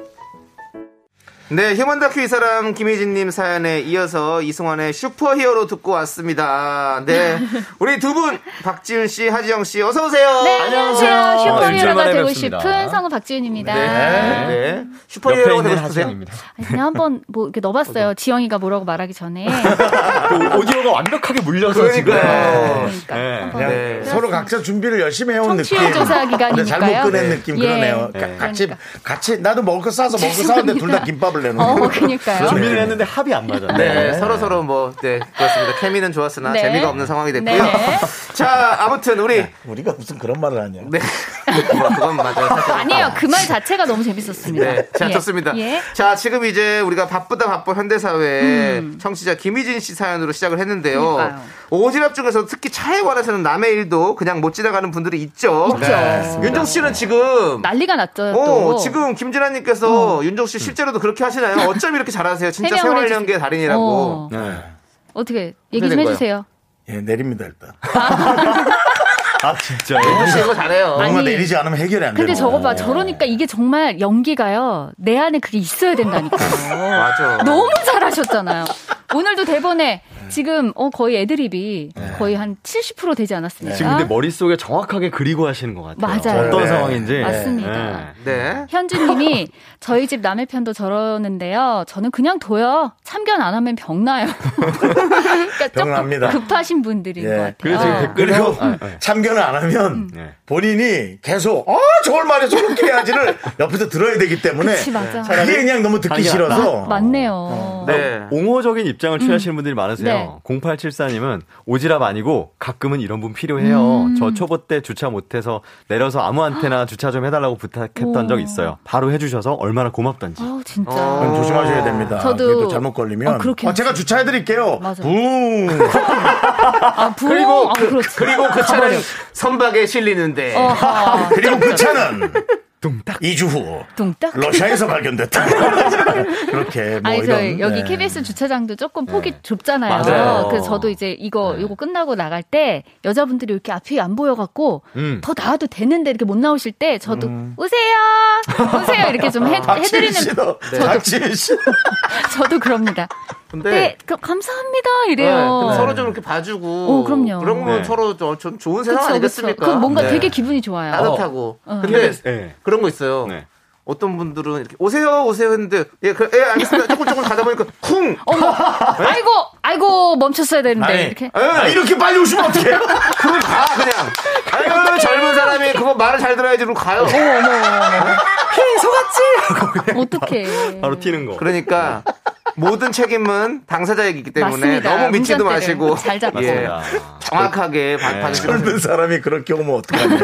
[SPEAKER 2] 네, 휴먼 다큐 이 사람 김혜진님 사연에 이어서 이승환의 슈퍼히어로 듣고 왔습니다. 네, 우리 두 분 박지윤 씨, 하지영 씨, 어서 오세요.
[SPEAKER 8] 네, 안녕하세요. 슈퍼히어로가
[SPEAKER 7] 일주일만에
[SPEAKER 8] 되고
[SPEAKER 7] 뵙습니다.
[SPEAKER 8] 싶은 성우 박지윤입니다.
[SPEAKER 2] 네, 네. 슈퍼히어로가 되고 싶으세요?
[SPEAKER 8] 아니, 그냥 한번 뭐 이렇게 넣어봤어요. 지영이가 뭐라고 말하기 전에.
[SPEAKER 7] 그 오디오가 완벽하게 물려서
[SPEAKER 2] 그러니까요.
[SPEAKER 7] 지금.
[SPEAKER 8] 그러니까
[SPEAKER 7] 네.
[SPEAKER 8] 한번
[SPEAKER 1] 그냥
[SPEAKER 2] 네.
[SPEAKER 1] 서로 각자 준비를 열심히 해온 느낌.
[SPEAKER 8] 청취율 조사
[SPEAKER 1] 근데 잘못
[SPEAKER 8] 기간이니까요.
[SPEAKER 1] 꺼낸
[SPEAKER 8] 네.
[SPEAKER 1] 느낌
[SPEAKER 8] 예.
[SPEAKER 1] 그러네요.
[SPEAKER 8] 네.
[SPEAKER 1] 가- 같이
[SPEAKER 8] 그러니까.
[SPEAKER 1] 같이 나도 먹을 거 싸서 먹을 거 싸는데 둘 다 김밥을 내놓는.
[SPEAKER 8] 어,
[SPEAKER 1] 거.
[SPEAKER 8] 그니까요.
[SPEAKER 7] 준비를 했는데 합이 안 맞았네.
[SPEAKER 2] 네, 서로 서로 뭐, 네, 그렇습니다. 케미는 좋았으나
[SPEAKER 8] 네.
[SPEAKER 2] 재미가 없는 상황이 됐고요.
[SPEAKER 8] 네.
[SPEAKER 2] 자, 아무튼 우리 네,
[SPEAKER 1] 우리가 무슨 그런 말을 하냐.
[SPEAKER 2] 뭐 그건 맞아요. 사실.
[SPEAKER 8] 아니에요. 그 말 자체가 너무 재밌었습니다.
[SPEAKER 2] 네, 자,
[SPEAKER 8] 예.
[SPEAKER 2] 좋습니다.
[SPEAKER 8] 예.
[SPEAKER 2] 자, 지금 이제 우리가 바쁘다 바빠 현대사회 청취자 김희진 씨 사연으로 시작을 했는데요.
[SPEAKER 8] 음. 그러니까요.
[SPEAKER 2] 오지랖 중에서 특히 차에 관해서는 남의 일도 그냥 못 지나가는 분들이 있죠.
[SPEAKER 8] 있죠. 네,
[SPEAKER 2] 윤정 씨는 지금
[SPEAKER 8] 난리가 났죠.
[SPEAKER 2] 어,
[SPEAKER 8] 또. 어.
[SPEAKER 2] 지금 김진아님께서 윤정 씨 실제로도 그렇게 하시나요? 어쩜 이렇게 잘하세요? 진짜
[SPEAKER 8] 음. 해명을
[SPEAKER 2] 생활연계
[SPEAKER 8] 해주세요.
[SPEAKER 2] 달인이라고.
[SPEAKER 8] 어.
[SPEAKER 1] 네.
[SPEAKER 8] 어떻게 얘기 좀
[SPEAKER 2] 어떻게 된
[SPEAKER 8] 해주세요.
[SPEAKER 1] 예, 내립니다 일단.
[SPEAKER 7] 아, 진짜요?
[SPEAKER 2] 윤정 씨 이거 잘해요.
[SPEAKER 8] 아니,
[SPEAKER 1] 어, 뭔가 내리지 않으면 해결이 안 돼.
[SPEAKER 8] 근데 저거 봐. 저러니까 이게 정말 연기가요. 내 안에 그게 있어야 된다니까요.
[SPEAKER 2] 맞아.
[SPEAKER 8] 너무 잘하셨잖아요. 오늘도 대본에
[SPEAKER 1] 네.
[SPEAKER 8] 지금 어, 거의 애드립이 거의 한 70% 되지 않았습니까?
[SPEAKER 7] 지금
[SPEAKER 1] 뭐-
[SPEAKER 7] 근데 머릿속에 정확하게 그리고 하시는 것 같아요.
[SPEAKER 8] 네. 맞아요.
[SPEAKER 7] 어떤
[SPEAKER 1] 네.
[SPEAKER 7] 상황인지.
[SPEAKER 8] 맞습니다. 아.
[SPEAKER 7] 네.
[SPEAKER 2] 네.
[SPEAKER 8] 현주님이 저희 집 남의 편도 저러는데요. 저는 그냥 둬요. 참견 안 하면 병 나요. 그러니까
[SPEAKER 1] 병 납니다. 예.
[SPEAKER 8] 급하신 분들인 것 같아요.
[SPEAKER 7] 그래서 지금 댓글-
[SPEAKER 1] 그리고
[SPEAKER 7] 아,
[SPEAKER 8] 음.
[SPEAKER 7] 네.
[SPEAKER 1] 참견을 안 하면
[SPEAKER 7] 네.
[SPEAKER 1] 본인이 계속 아 저걸 말해 저렇게 해야지를 옆에서 들어야 되기 때문에
[SPEAKER 8] 그치, 맞아. 아,
[SPEAKER 1] 그게 그냥 너무 듣기
[SPEAKER 7] 자기가
[SPEAKER 1] 싫어서
[SPEAKER 8] 맞네요. 아,
[SPEAKER 2] 네.
[SPEAKER 7] 어, 옹호적인 입장을 취하시는 분들이 많으세요.
[SPEAKER 8] 음. 네.
[SPEAKER 7] 0874님은 오지랖 아니고 가끔은 이런 분 필요해요.
[SPEAKER 8] 음.
[SPEAKER 7] 저 초보 때 주차 못해서 내려서 아무한테나 주차 좀 해달라고 부탁했던
[SPEAKER 8] 오.
[SPEAKER 7] 적 있어요. 바로 해주셔서 얼마나 고맙던지.
[SPEAKER 8] 아 진짜.
[SPEAKER 2] 어.
[SPEAKER 1] 그건 조심하셔야 됩니다.
[SPEAKER 8] 저도-
[SPEAKER 1] 그게 또 잘못 걸리면
[SPEAKER 8] 아, 그렇게-
[SPEAKER 1] 아, 제가 주차해 드릴게요.
[SPEAKER 8] 맞아요.
[SPEAKER 1] 붕.
[SPEAKER 8] 아, 부모?
[SPEAKER 2] 그리고
[SPEAKER 8] 아,
[SPEAKER 2] 그,
[SPEAKER 8] 그렇지.
[SPEAKER 2] 그리고 그 차는 선박에 실리는데.
[SPEAKER 8] 어하.
[SPEAKER 1] 그리고 그 차는 둥딱 2주 후
[SPEAKER 8] 둥딱.
[SPEAKER 1] 러시아에서 발견됐다. 그렇게 뭐
[SPEAKER 8] 아니
[SPEAKER 1] 이런
[SPEAKER 8] 저희 여기
[SPEAKER 1] 네.
[SPEAKER 8] KBS 주차장도 조금
[SPEAKER 2] 네.
[SPEAKER 8] 폭이 좁잖아요.
[SPEAKER 7] 맞아요.
[SPEAKER 8] 그래서 저도 이제 이거 이거 끝나고 나갈 때 여자분들이 이렇게 앞이 안 보여갖고
[SPEAKER 7] 음.
[SPEAKER 8] 더 나와도 되는데 이렇게 못 나오실 때 저도
[SPEAKER 2] 음.
[SPEAKER 8] 오세요, 오세요 이렇게 좀 해,
[SPEAKER 1] 박지윤
[SPEAKER 8] 해드리는
[SPEAKER 1] 씨도 박지윤 씨
[SPEAKER 8] 저도 그럽니다.
[SPEAKER 2] 근데
[SPEAKER 8] 네, 그, 감사합니다
[SPEAKER 2] 네,
[SPEAKER 8] 이래요.
[SPEAKER 2] 근데 서로 좀 이렇게 봐주고.
[SPEAKER 8] 어, 그럼요.
[SPEAKER 2] 그런 건
[SPEAKER 7] 네.
[SPEAKER 2] 서로 좀, 좀 좋은 세상
[SPEAKER 8] 그쵸, 그쵸.
[SPEAKER 2] 아니겠습니까?
[SPEAKER 8] 그럼 뭔가
[SPEAKER 2] 네.
[SPEAKER 8] 되게 기분이 좋아요.
[SPEAKER 2] 따뜻하고.
[SPEAKER 8] 어.
[SPEAKER 2] 근데
[SPEAKER 7] 네.
[SPEAKER 2] 그런 거 있어요.
[SPEAKER 7] 네.
[SPEAKER 2] 어떤 분들은 이렇게 오세요, 오세요 했는데 예, 그, 예 알겠습니다. 조금 조금 가다 보니까 쿵.
[SPEAKER 8] 어머,
[SPEAKER 2] 네?
[SPEAKER 8] 아이고, 아이고 멈췄어야 되는데
[SPEAKER 1] 아니,
[SPEAKER 8] 이렇게.
[SPEAKER 7] 예.
[SPEAKER 1] 아, 이렇게 빨리 오시면
[SPEAKER 7] 네.
[SPEAKER 1] 어떡해요?
[SPEAKER 2] 그걸 가 그냥. 아유 젊은 사람이 그거 말을 잘 들어야지 로 가요.
[SPEAKER 8] 어떻게?
[SPEAKER 7] 바로 튀는 거.
[SPEAKER 2] 그러니까 모든 책임은 당사자이기 때문에
[SPEAKER 8] 맞습니다.
[SPEAKER 2] 너무 미치도
[SPEAKER 8] 운전대를
[SPEAKER 2] 마시고
[SPEAKER 8] 잘 잡고.
[SPEAKER 2] 예,
[SPEAKER 7] 맞습니다.
[SPEAKER 8] 아.
[SPEAKER 7] 네.
[SPEAKER 2] 정확하게 바- 봐주시면
[SPEAKER 1] 젊은 사람이 그렇게 오면 어떡하냐.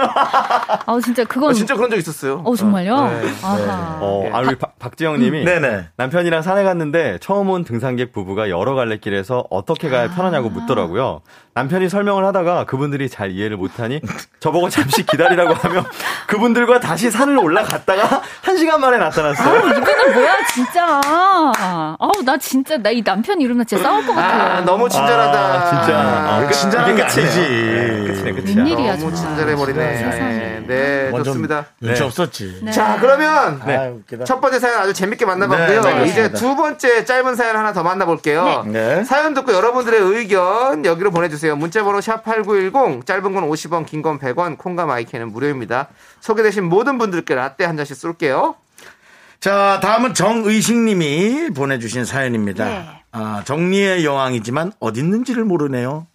[SPEAKER 8] 아 진짜 그건.
[SPEAKER 2] 어, 진짜 그런 적 있었어요.
[SPEAKER 8] 어 정말요?
[SPEAKER 2] 네.
[SPEAKER 8] 아하.
[SPEAKER 7] 어, 아, 우리 박- 박지영님이
[SPEAKER 1] 네네.
[SPEAKER 7] 남편이랑 산에 갔는데 처음 온 등산객 부부가 여러 갈래 길에서 어떻게 가야
[SPEAKER 8] 아.
[SPEAKER 7] 편하냐고 묻더라고요. 남편이 설명을 하다가 그분들이 잘 이해를 못하니 저보고 잠시 기다리라고 하며 그분들과 다시 산을 올라갔다가 한 시간 만에 나타났어요.
[SPEAKER 8] 아, 이거는 뭐야 진짜. 아우 나 진짜 나 이 남편 이름나 진짜 싸울 것 같아요.
[SPEAKER 2] 아, 너무 친절하다. 그러니까
[SPEAKER 7] 아, 진짜. 아,
[SPEAKER 1] 아, 친절한 게
[SPEAKER 7] 끝이네요.
[SPEAKER 1] 아니지.
[SPEAKER 7] 네, 끝이네, 끝이야.
[SPEAKER 8] 웬일이야
[SPEAKER 2] 너무
[SPEAKER 8] 정말.
[SPEAKER 2] 친절해 버리네.
[SPEAKER 8] 아, 세상에.
[SPEAKER 2] 네,
[SPEAKER 1] 완전
[SPEAKER 2] 좋습니다.
[SPEAKER 1] 눈치
[SPEAKER 7] 네.
[SPEAKER 1] 없었지.
[SPEAKER 8] 네.
[SPEAKER 2] 자, 그러면
[SPEAKER 1] 아, 웃기다.
[SPEAKER 2] 첫 번째 사연 아주 재밌게 만나봤고요.
[SPEAKER 1] 네, 네,
[SPEAKER 2] 이제
[SPEAKER 1] 그렇습니다.
[SPEAKER 2] 두 번째 짧은 사연 하나 더 만나볼게요.
[SPEAKER 1] 네. 네.
[SPEAKER 2] 사연 듣고 여러분들의 의견 여기로 보내주세요. 문자번호 샵 8910, 짧은 건 50원, 긴 건 100원, 콩과 마이크는 무료입니다. 소개되신 모든 분들께 라떼 한 잔씩 쏠게요.
[SPEAKER 1] 자, 다음은 정의식님이 보내주신 사연입니다.
[SPEAKER 8] 네.
[SPEAKER 1] 아, 정리의 여왕이지만 어딨는지를 모르네요.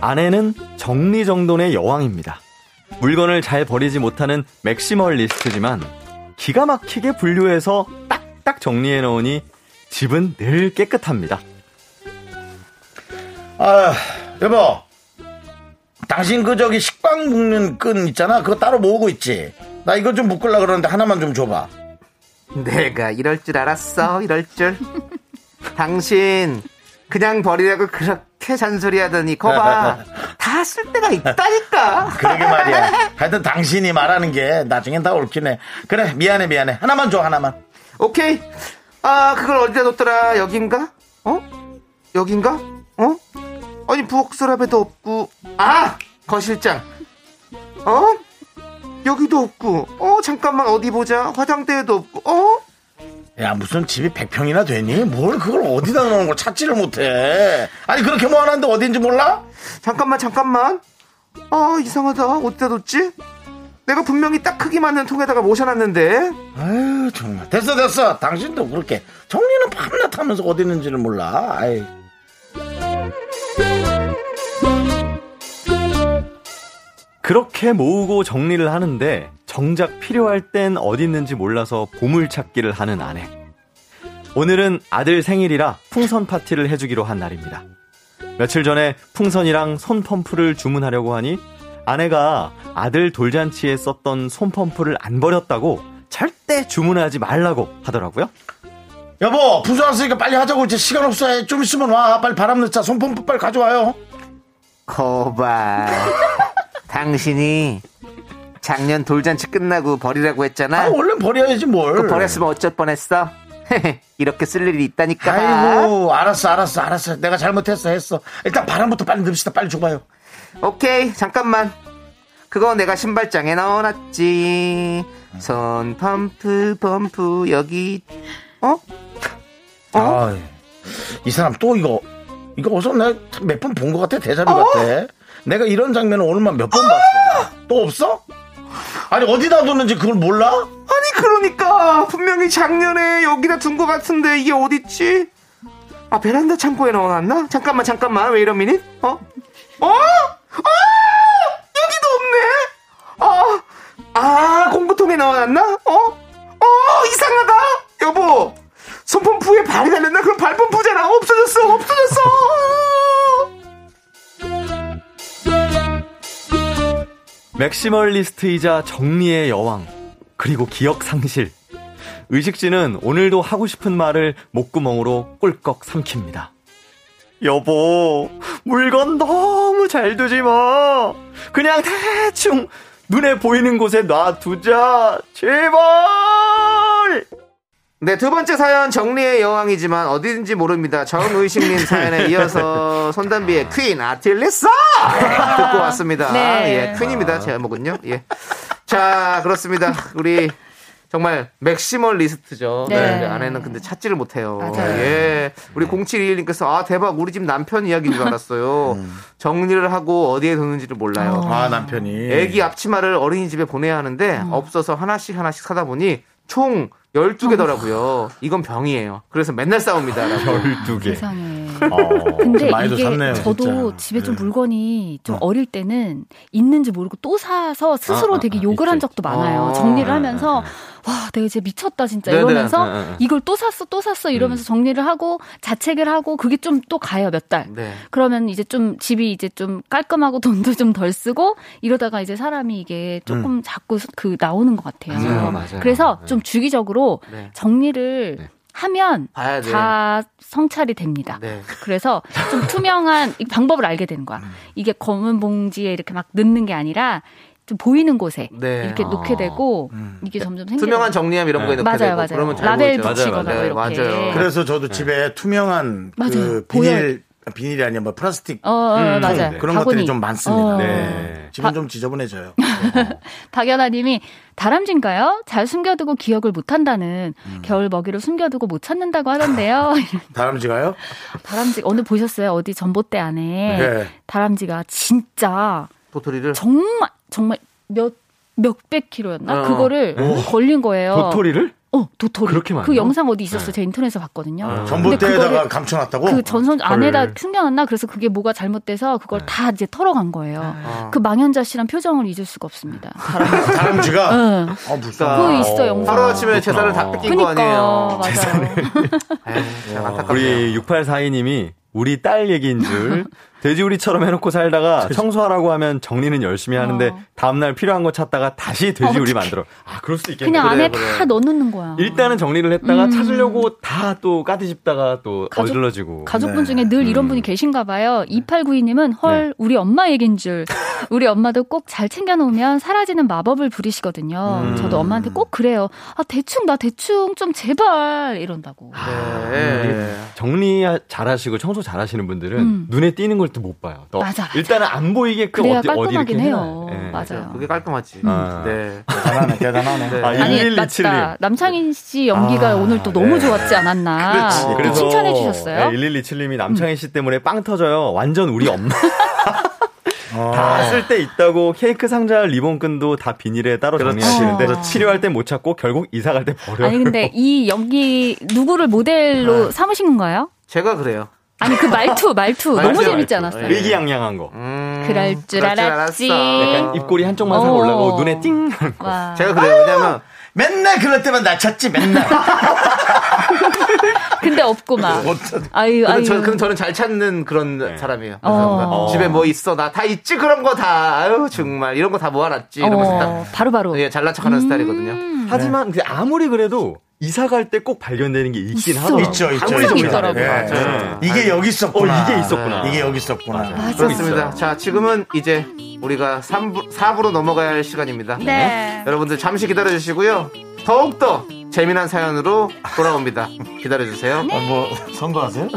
[SPEAKER 7] 아내는 정리정돈의 여왕입니다. 물건을 잘 버리지 못하는 맥시멀리스트지만 기가 막히게 분류해서 딱딱 정리해 놓으니 집은 늘 깨끗합니다.
[SPEAKER 1] 아, 여보. 당신 그 저기 식빵 묶는 끈 있잖아. 그거 따로 모으고 있지. 나 이거 좀 묶으려 그러는데 하나만 좀 줘봐.
[SPEAKER 2] 내가 이럴 줄 알았어, 이럴 줄. 당신, 그냥 버리라고 그렇게 잔소리하더니, 거봐. 다 쓸 때가 있다니까.
[SPEAKER 1] 그러게 말이야. 하여튼 당신이 말하는 게 나중엔 다 옳긴 해. 그래, 미안해, 미안해. 하나만 줘, 하나만.
[SPEAKER 2] 오케이. 아, 그걸 어디다 뒀더라? 여긴가? 어? 여긴가? 어? 아니, 부엌 서랍에도 없고. 아! 거실장. 어? 여기도 없고, 어, 잠깐만 어디 보자. 화장대에도 없고, 어?
[SPEAKER 1] 야 무슨 집이 100평이나 되니? 뭘 그걸 어디다 넣는 걸 찾지를 못해 아니 그렇게 모아놨는데 어딘지 몰라?
[SPEAKER 2] 잠깐만, 잠깐만. 어, 이상하다. 어디다 뒀지? 내가 분명히 딱 크기 맞는 통에다가 모셔놨는데.
[SPEAKER 1] 아유 정말 됐어 됐어 당신도 그렇게 정리는 밤낮 하면서 어디 있는지를 몰라 아이
[SPEAKER 7] 그렇게 모으고 정리를 하는데 정작 필요할 땐 어디 있는지 몰라서 보물 찾기를 하는 아내. 오늘은 아들 생일이라 풍선 파티를 해주기로 한 날입니다. 며칠 전에 풍선이랑 손펌프를 주문하려고 하니 아내가 아들 돌잔치에 썼던 손펌프를 안 버렸다고 절대 주문하지 말라고 하더라고요.
[SPEAKER 1] 여보 부서 왔으니까 빨리 하자고 이제 시간 없어 좀 있으면 와 빨리 바람 넣자 손펌프 빨리 가져와요
[SPEAKER 2] 거봐. 당신이 작년 돌잔치 끝나고 버리라고
[SPEAKER 1] 아
[SPEAKER 2] 했잖아.
[SPEAKER 1] 원래 버려야지 뭘
[SPEAKER 2] 그 버렸으면 어쩔 뻔했어. 이렇게 쓸 일이 있다니까.
[SPEAKER 1] 아이고 알았어 알았어 알았어 내가 잘못했어 했어 일단 바람부터 빨리 넣읍시다 빨리 줘봐요
[SPEAKER 2] 오케이, 잠깐만. 그거 내가 신발장에 넣어놨지. 손 펌프 펌프 여기. 어?
[SPEAKER 1] 아이, 이 사람 또 이거 이거 어서 내가 몇 번 본 것 같아 대자뷰
[SPEAKER 2] 어?
[SPEAKER 1] 같아 내가 이런 장면을 오늘만 몇 번 봤어 또 없어? 아니 어디다 뒀는지 그걸 몰라?
[SPEAKER 2] 아니 그러니까 분명히 작년에 여기다 둔 것 같은데 이게 어딨지? 아 베란다 창고에 넣어놨나? 잠깐만 잠깐만 왜 이런 미니? 어? 어? 어? 여기도 없네. 어? 아 공구통에 넣어놨나? 어? 어 이상하다. 여보 손펌프에 발이 달렸나? 그럼 발펌프잖아. 없어졌어 없어졌어.
[SPEAKER 7] 맥시멀리스트이자 정리의 여왕, 그리고 기억 상실. 의식 씨는 오늘도 하고 싶은 말을 목구멍으로 꿀꺽 삼킵니다. 여보, 물건 너무 잘 두지 마. 그냥 대충 눈에 보이는 곳에 놔두자. 제발!
[SPEAKER 2] 네, 두 번째 사연 정리의 여왕이지만 어디든지 모릅니다. 정의식님 사연에 이어서 손담비의 퀸 아틸리스 듣고 왔습니다.
[SPEAKER 8] 네.
[SPEAKER 2] 예, 퀸입니다. 제목은요. 예. 자, 그렇습니다. 우리 정말 맥시멀 리스트죠.
[SPEAKER 8] 네.
[SPEAKER 2] 네. 아내는 근데 찾지를 못해요.
[SPEAKER 8] 맞아요.
[SPEAKER 2] 예.
[SPEAKER 1] 네.
[SPEAKER 2] 우리 0721님께서 아 대박 우리 집 남편 이야기인 줄 알았어요. 정리를 하고 어디에 뒀는지를 몰라요.
[SPEAKER 1] 음. 아 남편이
[SPEAKER 2] 애기 앞치마를 어린이집에 보내야 하는데
[SPEAKER 8] 음.
[SPEAKER 2] 없어서 하나씩 하나씩 사다 보니 총 12개더라고요.
[SPEAKER 8] 음.
[SPEAKER 2] 이건 병이에요. 그래서 맨날 싸웁니다. 라고.
[SPEAKER 7] 12개.
[SPEAKER 8] 세상에.
[SPEAKER 1] 어,
[SPEAKER 8] 근데
[SPEAKER 1] 많이도
[SPEAKER 8] 이게
[SPEAKER 1] 샀네요,
[SPEAKER 8] 저도
[SPEAKER 1] 진짜.
[SPEAKER 8] 집에 좀
[SPEAKER 1] 예.
[SPEAKER 8] 물건이 좀 어릴 때는 있는지 모르고 또 사서 스스로
[SPEAKER 7] 아, 아,
[SPEAKER 8] 되게
[SPEAKER 7] 아,
[SPEAKER 8] 욕을
[SPEAKER 7] 있죠,
[SPEAKER 8] 한 적도 많아요.
[SPEAKER 2] 어,
[SPEAKER 8] 정리를
[SPEAKER 2] 네,
[SPEAKER 8] 하면서 와 내가 이제 미쳤다 진짜
[SPEAKER 2] 네, 네,
[SPEAKER 8] 이러면서
[SPEAKER 7] 네, 네.
[SPEAKER 8] 이걸 또 샀어 또 샀어 이러면서 정리를 하고 자책을 하고 그게 좀 또 가요 몇 달.
[SPEAKER 2] 네.
[SPEAKER 8] 그러면 이제 좀 집이 이제 좀 깔끔하고 돈도 좀 덜 쓰고 이러다가 이제 사람이 이게 조금 자꾸 그 나오는 것 같아요.
[SPEAKER 2] 음. 맞아요, 맞아요.
[SPEAKER 8] 그래서 좀 주기적으로
[SPEAKER 2] 네.
[SPEAKER 8] 정리를 하면
[SPEAKER 2] 봐야 돼.
[SPEAKER 8] 다 성찰이 됩니다.
[SPEAKER 2] 네.
[SPEAKER 8] 그래서 좀 투명한 이 방법을 알게 되는
[SPEAKER 2] 음.
[SPEAKER 8] 거야. 이게 검은 봉지에 이렇게 막 넣는 게 아니라 좀 보이는 곳에
[SPEAKER 2] 네.
[SPEAKER 8] 이렇게
[SPEAKER 2] 아. 음. 네.
[SPEAKER 8] 놓게 되고 이게 점점 생기는
[SPEAKER 2] 투명한 정리함 이런 거에 넣게
[SPEAKER 8] 맞아요,
[SPEAKER 2] 되고
[SPEAKER 8] 맞아요.
[SPEAKER 2] 그러면 잘
[SPEAKER 8] 라벨
[SPEAKER 2] 보이죠. 네,
[SPEAKER 8] 붙이거나
[SPEAKER 2] 맞아요,
[SPEAKER 8] 뭐 이렇게.
[SPEAKER 2] 맞아요.
[SPEAKER 1] 네. 그래서 저도 집에 투명한 그
[SPEAKER 8] 맞아요.
[SPEAKER 1] 비닐 비닐이 아니라 뭐 플라스틱
[SPEAKER 8] 어, 어
[SPEAKER 2] 음.
[SPEAKER 8] 맞아요.
[SPEAKER 1] 그런
[SPEAKER 8] 바구니.
[SPEAKER 1] 것들이 좀 많습니다.
[SPEAKER 8] 어.
[SPEAKER 7] 네.
[SPEAKER 1] 집은 좀 지저분해져요.
[SPEAKER 8] 박연아님이 다람쥐인가요? 잘 숨겨두고 기억을 못한다는 겨울 먹이로 숨겨두고 못 찾는다고 하던데요.
[SPEAKER 1] 다람쥐가요?
[SPEAKER 8] 다람쥐 오늘 보셨어요? 어디 전봇대 안에
[SPEAKER 1] 네.
[SPEAKER 8] 다람쥐가 진짜
[SPEAKER 2] 도토리를
[SPEAKER 8] 정말 정말 몇 몇백 킬로였나?
[SPEAKER 2] 어.
[SPEAKER 8] 그거를 걸린 거예요.
[SPEAKER 7] 도토리를?
[SPEAKER 8] 어, 도토리.
[SPEAKER 7] 그렇게 많아요?
[SPEAKER 8] 그 영상 어디 있었어요? 제가 인터넷에서 봤거든요. 근데
[SPEAKER 1] 전봇대에다가
[SPEAKER 8] 그거를
[SPEAKER 1] 감춰놨다고?
[SPEAKER 8] 그 전선 안에다 숨겨놨나? 그래서 그게 뭐가 잘못돼서 그걸 다 이제 털어간 거예요. 그 망연자실한 표정을 잊을 수가 없습니다.
[SPEAKER 1] 다람쥐가
[SPEAKER 8] 응.
[SPEAKER 1] 아
[SPEAKER 8] 그거
[SPEAKER 1] 무서워.
[SPEAKER 8] 있어 영상.
[SPEAKER 2] 그러니까 하루 아침에 재산을
[SPEAKER 1] 어.
[SPEAKER 2] 다 뺏긴 거
[SPEAKER 8] 그니까
[SPEAKER 2] 아니에요.
[SPEAKER 8] 맞아요.
[SPEAKER 2] 에이, 참 안타깝네요.
[SPEAKER 7] 우리 6842님이 우리 딸 얘기인 줄 돼지우리처럼 해놓고 살다가 청소하라고 하면 정리는 열심히 하는데
[SPEAKER 8] 어.
[SPEAKER 7] 다음날 필요한 거 찾다가 다시 돼지우리 만들어. 아 그럴 수도 있겠네.
[SPEAKER 8] 그냥 안에
[SPEAKER 2] 그래.
[SPEAKER 8] 다 음. 넣어놓는 거야.
[SPEAKER 7] 일단은 정리를 했다가 찾으려고 다 또 까뒤집다가 또 어질러지고. 음. 네.
[SPEAKER 8] 가족분 중에 늘 이런 분이 계신가 봐요. 2892님은 헐 우리 엄마 얘긴 줄 우리 엄마도 꼭 잘 챙겨놓으면 사라지는 마법을 부리시거든요.
[SPEAKER 7] 음.
[SPEAKER 8] 저도 엄마한테 꼭 그래요. 아, 대충, 나 대충 좀 제발 이런다고.
[SPEAKER 7] 아,
[SPEAKER 2] 네.
[SPEAKER 7] 정리 잘하시고 청소 잘하시는 분들은
[SPEAKER 8] 음.
[SPEAKER 7] 눈에 띄는 걸 또 못 봐요. 또
[SPEAKER 8] 맞아, 맞아.
[SPEAKER 7] 일단은 안 보이게끔
[SPEAKER 8] 그래야
[SPEAKER 7] 어디 어디 이렇게
[SPEAKER 8] 깔끔하긴 해요.
[SPEAKER 7] 해놔요. 예.
[SPEAKER 8] 맞아요.
[SPEAKER 2] 그게 깔끔하지.
[SPEAKER 7] 아.
[SPEAKER 2] 네.
[SPEAKER 9] 대단하네, 대단하네.
[SPEAKER 2] 네.
[SPEAKER 7] 아,
[SPEAKER 8] 아니
[SPEAKER 7] 1127 님.
[SPEAKER 8] 맞다. 남창희 씨 연기가
[SPEAKER 7] 아,
[SPEAKER 8] 오늘 또 너무
[SPEAKER 7] 네.
[SPEAKER 8] 좋았지 않았나.
[SPEAKER 7] 예, 그렇지.
[SPEAKER 8] 또
[SPEAKER 7] 그래서
[SPEAKER 8] 아, 칭찬해 주셨어요.
[SPEAKER 7] 네, 1127님이 남창희 씨 때문에 빵 터져요. 완전 우리 엄마.
[SPEAKER 8] 아.
[SPEAKER 7] 다 쓸 때 있다고 케이크 상자 리본끈도 다 비닐에 따로 정리하시는데
[SPEAKER 8] 그렇죠. 그렇지.
[SPEAKER 7] 필요할 땐 못 찾고 결국 이사 갈 때 버려요.
[SPEAKER 8] 아니 근데 이 연기 누구를
[SPEAKER 7] 네.
[SPEAKER 8] 모델로 삼으신 건가요?
[SPEAKER 2] 제가 그래요.
[SPEAKER 8] 아니 그 말투 말투
[SPEAKER 2] 말투,
[SPEAKER 8] 너무 재밌지
[SPEAKER 2] 말투.
[SPEAKER 8] 않았어요?
[SPEAKER 2] 예.
[SPEAKER 7] 의기양양한 거.
[SPEAKER 2] 음,
[SPEAKER 8] 그럴 줄 알았지.
[SPEAKER 7] 약간 입꼬리 한쪽만 살
[SPEAKER 8] 어.
[SPEAKER 7] 올라가고 눈에 띵 하는 거.
[SPEAKER 8] 와.
[SPEAKER 2] 제가 그래요. 왜냐면
[SPEAKER 1] 맨날 그럴 때만 나 찾지 맨날.
[SPEAKER 8] 근데 없고 막. 아유
[SPEAKER 2] 그럼
[SPEAKER 8] 아유.
[SPEAKER 2] 예, 저, 그럼 저는 잘 찾는 그런 사람이에요. 그래서
[SPEAKER 8] 어.
[SPEAKER 2] 뭔가
[SPEAKER 7] 네. 어.
[SPEAKER 2] 집에 뭐 있어 나 다 있지 그런 거 다. 아유 정말 이런 거 다 모아놨지. 이러면서
[SPEAKER 8] 어, 음.
[SPEAKER 2] 딱
[SPEAKER 8] 바로 바로.
[SPEAKER 2] 예, 잘난 척하는 스타일이거든요.
[SPEAKER 7] 하지만 그 아무리 그래도 이사 갈 때 꼭 발견되는 게 있긴
[SPEAKER 8] 있어.
[SPEAKER 7] 하더라고요.
[SPEAKER 9] 있죠, 있죠,
[SPEAKER 8] 항상
[SPEAKER 9] 있죠.
[SPEAKER 8] 있더라고요.
[SPEAKER 9] 예.
[SPEAKER 2] 맞아요.
[SPEAKER 9] 이게 여기 있었구나.
[SPEAKER 7] 어, 이게 있었구나.
[SPEAKER 9] 이게 여기 있었구나.
[SPEAKER 8] 맞아.
[SPEAKER 2] 그렇습니다. 자 지금은 이제 우리가 3부, 4부로 넘어가야 할 시간입니다.
[SPEAKER 8] 네.
[SPEAKER 2] 여러분들 잠시 기다려주시고요. 더욱더 재미난 사연으로 돌아옵니다. 기다려주세요.
[SPEAKER 9] 뭐 선거하세요?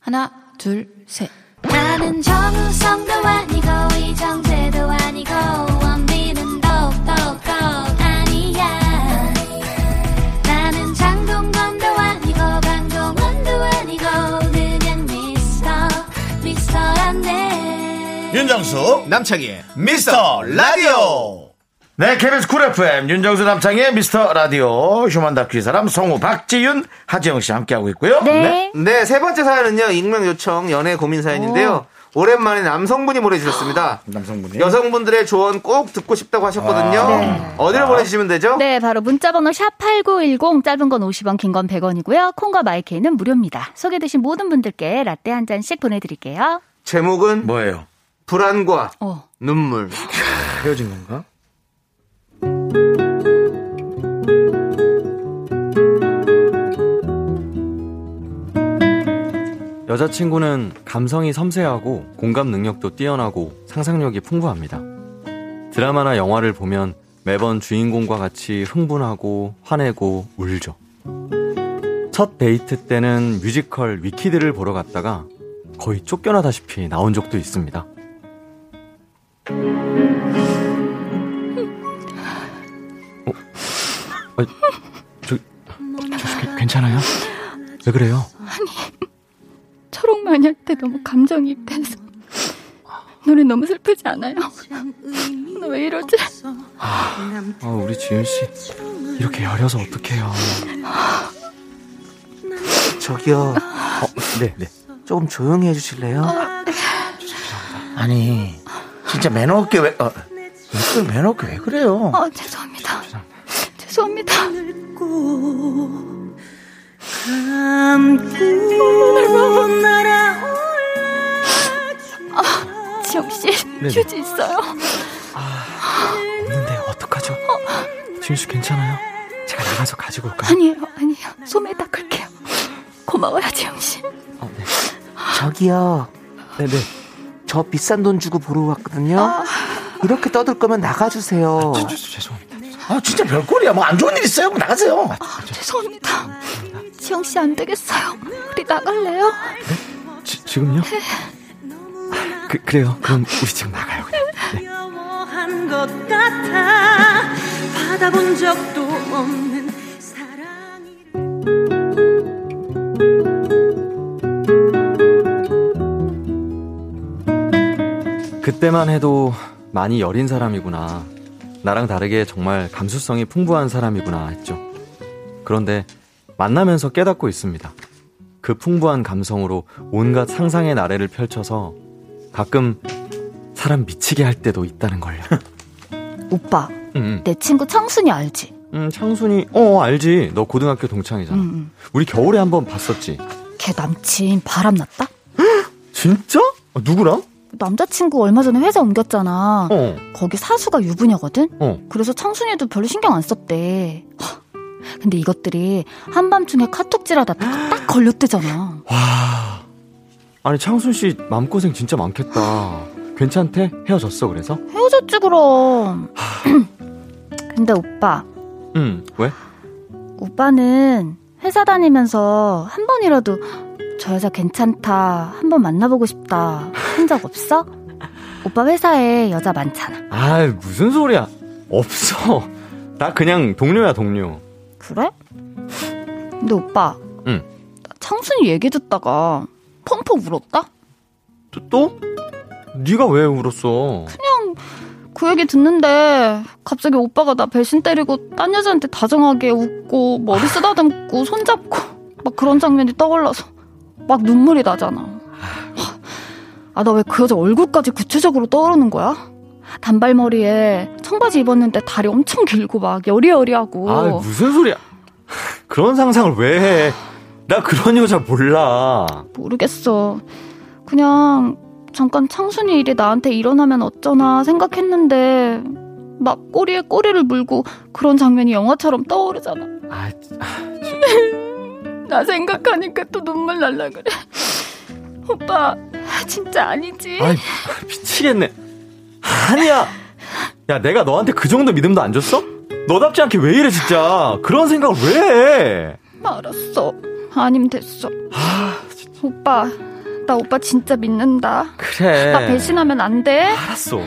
[SPEAKER 10] 하나, 둘, 셋.
[SPEAKER 3] 나는 정우성도 아니고 이정재도 아니고 원빈은 더욱더 아니야 나는 장동건도 아니고 방종원도 아니고 그냥 미스터 미스터란데
[SPEAKER 9] 윤정수 남창희의 미스터 라디오 네 KBS 쿨 FM 윤정수 남창희의 미스터 라디오 휴먼 다큐 이 사람 성우 박지윤 하지영씨 함께하고 있고요
[SPEAKER 8] 네.
[SPEAKER 2] 네, 세 번째 사연은요, 익명 요청 연애 고민 사연인데요. 오. 랜만에 남성분이 보내주셨습니다.
[SPEAKER 9] 남성분이
[SPEAKER 2] 여성분들의 조언 꼭 듣고 싶다고 하셨거든요. 어디로 보내주시면 되죠?
[SPEAKER 8] 네, 바로 문자번호 샵8910, 짧은 건 50원, 긴 건 100원이고요. 콩과 마이케이는 무료입니다. 소개되신 모든 분들께 라떼 한 잔씩 보내드릴게요.
[SPEAKER 2] 제목은
[SPEAKER 9] 뭐예요?
[SPEAKER 2] 불안과
[SPEAKER 8] 어.
[SPEAKER 2] 눈물.
[SPEAKER 9] 헤어진 건가?
[SPEAKER 7] 여자친구는 감성이 섬세하고 공감 능력도 뛰어나고 상상력이 풍부합니다. 드라마나 영화를 보면 매번 주인공과 같이 흥분하고 화내고 울죠. 첫 데이트 때는 뮤지컬 위키드를 보러 갔다가 거의 쫓겨나다시피 나온 적도 있습니다. 어? 아니, 저, 저, 저, 괜찮아요? 왜 그래요?
[SPEAKER 10] 초록 마녀 때 너무 감정이입돼서 노래 너무 슬프지 않아요? 너 왜 이러지?
[SPEAKER 7] 아, 우리 지윤 씨 이렇게 여려서 어떡해요?
[SPEAKER 2] 저기요,
[SPEAKER 9] 어,
[SPEAKER 7] 네, 네.
[SPEAKER 2] 조금 조용히 해주실래요?
[SPEAKER 9] 아, 네.
[SPEAKER 1] 아니 진짜 매너 없게 왜 어,
[SPEAKER 9] 그 매너 없게 왜
[SPEAKER 2] 어.
[SPEAKER 9] 그래요?
[SPEAKER 8] 어,
[SPEAKER 10] 아 죄송합니다. 죄송합니다. 아, 지영 씨
[SPEAKER 2] 네,
[SPEAKER 10] 휴지 있어요?
[SPEAKER 7] 없는데 어떡하죠? 지윤 씨 괜찮아요? 제가 나가서 가지고 올까요?
[SPEAKER 10] 아니에요, 아니에요. 소매 닦을게요. 고마워요, 지영 씨.
[SPEAKER 2] 저기요,
[SPEAKER 7] 네, 네.
[SPEAKER 2] 저 비싼 돈 주고 보러
[SPEAKER 9] 아.
[SPEAKER 2] 왔거든요. 이렇게 떠들 거면 나가주세요.
[SPEAKER 7] 죄송합니다.
[SPEAKER 9] 아 진짜 별꼴이야 뭐 안 좋은 일 있어요? 그럼 나가세요
[SPEAKER 1] 아,
[SPEAKER 10] 죄송합니다. 지영 씨 안 되겠어요. 우리 나갈래요?
[SPEAKER 7] 지, 지금요? 그, 그래요. 그럼 우리 지금 나가요. 그냥.
[SPEAKER 3] 한 것 같아 받아본 적도 없는 사랑이
[SPEAKER 7] 그때만 해도 많이 여린 사람이구나. 나랑 다르게 정말 감수성이 풍부한 사람이구나 했죠. 그런데 만나면서 깨닫고 있습니다. 그 풍부한 감성으로 온갖 상상의 나래를 펼쳐서 가끔 사람 미치게 할 때도 있다는 걸요.
[SPEAKER 8] 오빠,
[SPEAKER 7] 음,
[SPEAKER 8] 내 친구 청순이 알지?
[SPEAKER 7] 음, 창순이, 어, 알지. 너 고등학교 동창이잖아. 우리 겨울에 한번 봤었지.
[SPEAKER 8] 음, 걔 남친 바람났다?
[SPEAKER 7] 진짜? 아, 누구랑?
[SPEAKER 8] 남자친구 얼마 전에 회사 옮겼잖아.
[SPEAKER 7] 어,
[SPEAKER 8] 거기 사수가 유부녀거든?
[SPEAKER 7] 어.
[SPEAKER 8] 그래서 청순이도 별로 신경 안 썼대. 하, 근데 이것들이 한밤중에 카톡질하다 딱 걸렸대잖아.
[SPEAKER 7] 아니 창순 씨 마음고생 진짜 많겠다. 괜찮대? 헤어졌어 그래서?
[SPEAKER 8] 헤어졌지 그럼. 근데 오빠,
[SPEAKER 7] 응. 왜?
[SPEAKER 8] 오빠는 회사 다니면서 한 번이라도 저 여자 괜찮다, 한 번 만나보고 싶다 한 적 없어? 오빠 회사에 여자 많잖아.
[SPEAKER 7] 아 무슨 소리야? 없어. 나 그냥 동료야 동료.
[SPEAKER 8] 그래? 근데 오빠,
[SPEAKER 7] 응.
[SPEAKER 8] 나 창순이 얘기 듣다가 펑펑 울었다?
[SPEAKER 7] 또? 또? 네가 왜 울었어?
[SPEAKER 8] 그 얘기 듣는데 갑자기 오빠가 나 배신 때리고 딴 여자한테 다정하게 웃고 머리 쓰다듬고 손잡고 막 그런 장면이 떠올라서 막 눈물이 나잖아. 아 나 왜 그 여자 얼굴까지 구체적으로 떠오르는 거야? 단발머리에 청바지 입었는데 다리 엄청 길고 막 여리여리하고
[SPEAKER 7] 아 무슨 소리야? 그런 상상을 왜 해? 나 그런 여자 몰라.
[SPEAKER 8] 모르겠어. 그냥 잠깐 창순이 일이 나한테 일어나면 어쩌나 생각했는데 막 꼬리에 꼬리를 물고 그런 장면이 영화처럼 떠오르잖아.
[SPEAKER 7] 아, 진-
[SPEAKER 10] 나 생각하니까 또 눈물 날라 그래. 오빠, 진짜 아니지?
[SPEAKER 7] 아이, 미치겠네. 아니야. 야, 내가 너한테 그 정도 믿음도 안 줬어? 너답지 않게 왜 이래 진짜. 그런 생각을 왜 해?
[SPEAKER 8] 알았어. 아님 됐어. 오빠, 나 오빠 진짜 믿는다.
[SPEAKER 7] 그래.
[SPEAKER 8] 나 배신하면 안 돼.
[SPEAKER 7] 알았어.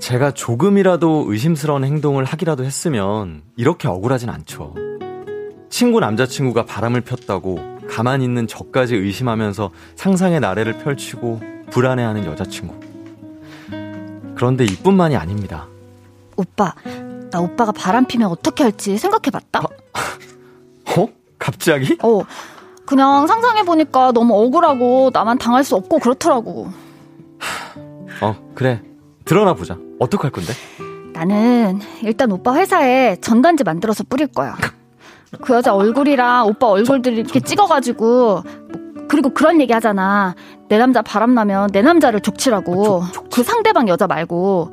[SPEAKER 7] 제가 조금이라도 의심스러운 행동을 하기라도 했으면 이렇게 억울하진 않죠. 친구 남자친구가 바람을 폈다고 가만히 있는 저까지 의심하면서 상상의 나래를 펼치고 불안해하는 여자친구. 그런데 이뿐만이 아닙니다.
[SPEAKER 8] 오빠, 나 오빠가 바람 피면 어떻게 할지 생각해봤다.
[SPEAKER 7] 어? 갑자기?
[SPEAKER 8] 어, 그냥 상상해보니까 너무 억울하고 나만 당할 수 없고 그렇더라고.
[SPEAKER 7] 어, 그래. 드러나 보자. 어떡할 건데?
[SPEAKER 8] 나는 일단 오빠 회사에 전단지 만들어서 뿌릴 거야. 그 여자 얼굴이랑 오빠 얼굴들 이렇게 찍어가지고 뭐, 그리고 그런 얘기 하잖아. 내 남자 바람나면 내 남자를 족치라고. 그 상대방 여자 말고.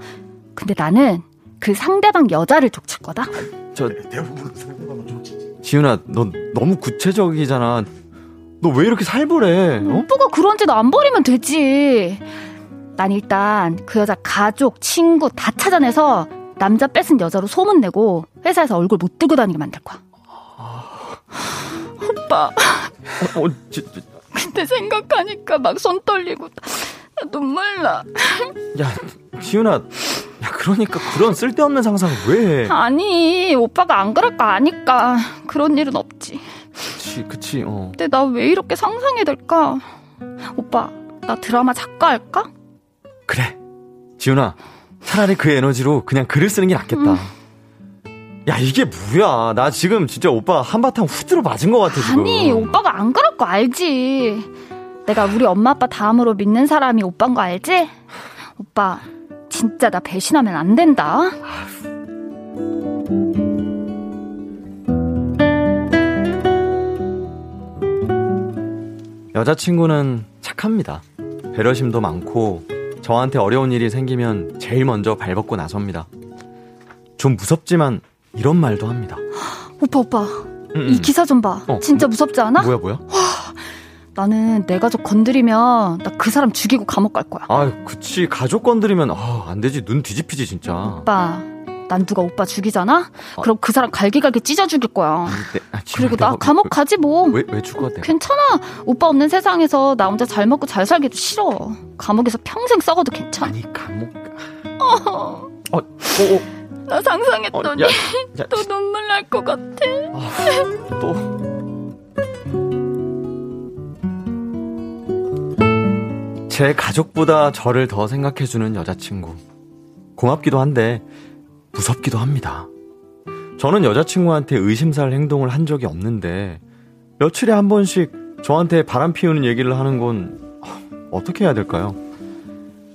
[SPEAKER 8] 근데 나는 그 상대방 여자를 족칠 거다.
[SPEAKER 7] 저 지윤아, 너 너무 구체적이잖아. 너 왜 이렇게 살벌해?
[SPEAKER 10] 음?
[SPEAKER 7] 어?
[SPEAKER 8] 오빠가 그런 짓 안 버리면 되지. 난 일단 그 여자 가족, 친구 다 찾아내서 남자 뺏은 여자로 소문내고 회사에서 얼굴 못 들고 다니게 만들 거야.
[SPEAKER 10] 오빠,
[SPEAKER 7] 어, 어, 지- 지-
[SPEAKER 10] 근데 생각하니까 막 손 떨리고 나, 나 눈물 나.
[SPEAKER 7] 야, 지윤아, 야 그러니까 그런 쓸데없는 상상 왜 해?
[SPEAKER 10] 아니, 오빠가 안 그럴 거 아니까 그런 일은 없지.
[SPEAKER 7] 그치, 그치, 어.
[SPEAKER 10] 근데 나 왜 이렇게 상상이 될까? 오빠, 나 드라마 작가 할까?
[SPEAKER 7] 그래, 지윤아, 차라리 그 에너지로 그냥 글을 쓰는 게 낫겠다.
[SPEAKER 8] 음.
[SPEAKER 7] 야 이게 뭐야? 나 지금 진짜 오빠 한바탕 후드로 맞은 것 같아 지금.
[SPEAKER 8] 아니 오빠가 안 그럴 거 알지 내가 우리 엄마 아빠 다음으로 믿는 사람이 오빠인 거 알지 오빠 진짜 나 배신하면 안 된다
[SPEAKER 7] 여자친구는 착합니다. 배려심도 많고 저한테 어려운 일이 생기면 제일 먼저 발벗고 나섭니다. 좀 무섭지만 이런 말도 합니다.
[SPEAKER 8] 오빠 오빠
[SPEAKER 7] 음,
[SPEAKER 8] 이
[SPEAKER 7] 음.
[SPEAKER 8] 기사 좀 봐
[SPEAKER 7] 어.
[SPEAKER 8] 진짜 무섭지 않아?
[SPEAKER 7] 뭐야 뭐야?
[SPEAKER 8] 나는 내 가족 건드리면 나 그 사람 죽이고 감옥 갈 거야
[SPEAKER 7] 아 그치 가족 건드리면 아, 안 되지 눈 뒤집히지 진짜.
[SPEAKER 8] 오빠 난 누가 오빠 죽이잖아? 그럼 그 사람 갈기갈기 찢어 죽일 거야
[SPEAKER 7] 네, 아, 지금
[SPEAKER 8] 그리고 나
[SPEAKER 7] 내가
[SPEAKER 8] 감옥 가지 뭐
[SPEAKER 7] 왜, 왜 죽어 내가?
[SPEAKER 8] 괜찮아 오빠 없는 세상에서 나 혼자 잘 먹고 잘 살기도 싫어 감옥에서 평생 썩어도 괜찮아
[SPEAKER 7] 아니 감옥. 어, 어, 어,
[SPEAKER 10] 나
[SPEAKER 7] 어,
[SPEAKER 10] 상상했더니
[SPEAKER 7] 야, 야,
[SPEAKER 10] 또 눈물 날 것 같아.
[SPEAKER 7] 아, 또. 제 가족보다 저를 더 생각해주는 여자친구. 고맙기도 한데, 무섭기도 합니다. 저는 여자친구한테 의심살 행동을 한 적이 없는데, 며칠에 한 번씩 저한테 바람 피우는 얘기를 하는 건, 하, 어떻게 해야 될까요?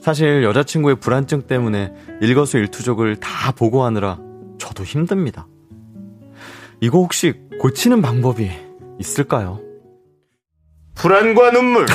[SPEAKER 7] 사실 여자친구의 불안증 때문에 일거수일투족을 다 보고하느라 저도 힘듭니다. 이거 혹시 고치는 방법이 있을까요?
[SPEAKER 9] 불안과 눈물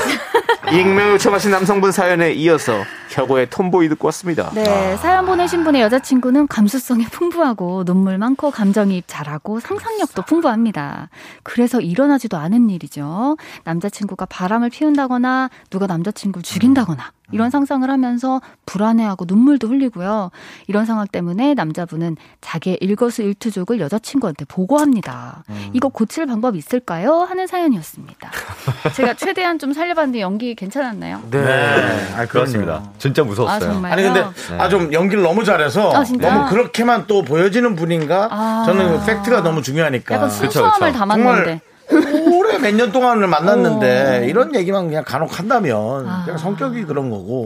[SPEAKER 2] 익명을 요청하신 남성분 사연에 이어서 혁오의 톰보이도 꿨습니다.
[SPEAKER 8] 네, 사연 보내신 분의 여자친구는 감수성이 풍부하고 눈물 많고 감정이입 잘하고 상상력도 풍부합니다. 그래서 일어나지도 않은 일이죠. 남자친구가 바람을 피운다거나 누가 남자친구를 죽인다거나 이런 상상을 하면서 불안해하고 눈물도 흘리고요. 이런 상황 때문에 남자분은 자기의 일거수일투족을 여자친구한테 보고합니다.
[SPEAKER 7] 음.
[SPEAKER 8] 이거 고칠 방법 있을까요? 하는 사연이었습니다. 제가 최대한 좀 살려봤는데 연기 괜찮았나요?
[SPEAKER 7] 네,
[SPEAKER 9] 네.
[SPEAKER 1] 아,
[SPEAKER 7] 그렇습니다. 진짜
[SPEAKER 8] 아
[SPEAKER 7] 무서웠어요.
[SPEAKER 8] 정말요?
[SPEAKER 1] 아니 근데
[SPEAKER 9] 네.
[SPEAKER 1] 아 좀 연기를 너무 잘해서
[SPEAKER 8] 아, 진짜?
[SPEAKER 1] 너무 그렇게만 또 보여지는 분인가?
[SPEAKER 8] 아.
[SPEAKER 1] 저는 그 팩트가 너무 중요하니까.
[SPEAKER 8] 약간 순수함을 담았는데. 어.
[SPEAKER 1] 정말 오래 몇 년 동안을 만났는데 이런 얘기만 그냥 간혹 한다면
[SPEAKER 8] 아.
[SPEAKER 1] 그냥 성격이 그런 거고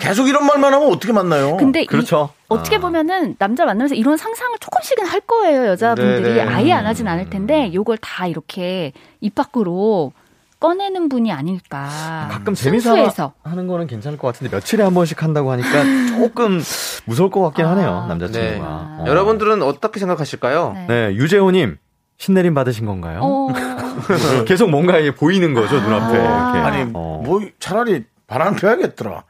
[SPEAKER 1] 계속 이런 말만 하면 어떻게 만나요?
[SPEAKER 8] 근데 이-
[SPEAKER 7] 그렇죠.
[SPEAKER 8] 어떻게 보면은 남자 만나면서 이런 상상을 조금씩은 할 거예요 여자분들이
[SPEAKER 7] 네네.
[SPEAKER 8] 아예 안 하진 않을 텐데 요걸 다 이렇게 입 밖으로 꺼내는 분이 아닐까.
[SPEAKER 7] 가끔 재미삼아
[SPEAKER 8] 순수해서.
[SPEAKER 7] 하는 거는 괜찮을 것 같은데 며칠에 한 번씩 한다고 하니까 조금 무서울 것
[SPEAKER 8] 아,
[SPEAKER 7] 같긴 하네요
[SPEAKER 2] 네.
[SPEAKER 7] 남자친구가. 어.
[SPEAKER 2] 여러분들은 어떻게 생각하실까요?
[SPEAKER 8] 네.
[SPEAKER 7] 네 유재호님 신내림 받으신 건가요?
[SPEAKER 8] 어,
[SPEAKER 7] 계속 뭔가 이게 보이는 거죠 눈앞에.
[SPEAKER 8] 아.
[SPEAKER 7] 이렇게.
[SPEAKER 1] 아니
[SPEAKER 7] 어.
[SPEAKER 1] 뭐 차라리 바람 펴야겠더라.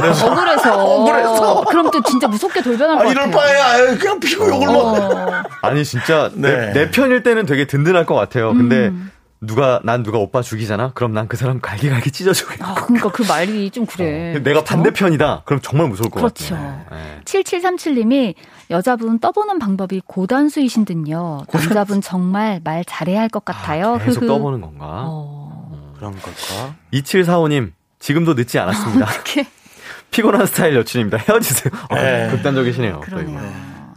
[SPEAKER 8] 억울해서.
[SPEAKER 1] 억울해서.
[SPEAKER 8] 그럼 또 진짜 무섭게 돌변할
[SPEAKER 1] 아,
[SPEAKER 8] 것
[SPEAKER 1] 이럴
[SPEAKER 8] 같아요.
[SPEAKER 1] 바에 아예 그냥 피고 욕을 먹.
[SPEAKER 8] 어.
[SPEAKER 7] 아니 진짜 내,
[SPEAKER 1] 네.
[SPEAKER 7] 내 편일 때는 되게 든든할 것 같아요. 근데
[SPEAKER 8] 음.
[SPEAKER 7] 누가 난 누가 오빠 죽이잖아. 그럼 난 그 사람 갈기갈기 찢어주고.
[SPEAKER 8] 아, 그러니까 그 말이 좀 그래.
[SPEAKER 7] 어, 내가 반대편이다. 그럼 정말 무서울 것
[SPEAKER 8] 그렇죠.
[SPEAKER 7] 같아요. 네.
[SPEAKER 8] 7737님이 여자분 떠보는 방법이 고단수이신 듯요. 남자분 정말 말 잘해야 할 것 같아요.
[SPEAKER 7] 계속
[SPEAKER 8] 흐흐.
[SPEAKER 7] 떠보는 건가?
[SPEAKER 8] 어.
[SPEAKER 1] 그런 걸까?
[SPEAKER 7] 2745님 지금도 늦지 않았습니다.
[SPEAKER 8] 어떡해.
[SPEAKER 7] 피곤한 스타일 여친입니다. 헤어지세요. 어,
[SPEAKER 1] 네.
[SPEAKER 7] 극단적이시네요. 또
[SPEAKER 8] 그러네요.
[SPEAKER 7] 이거.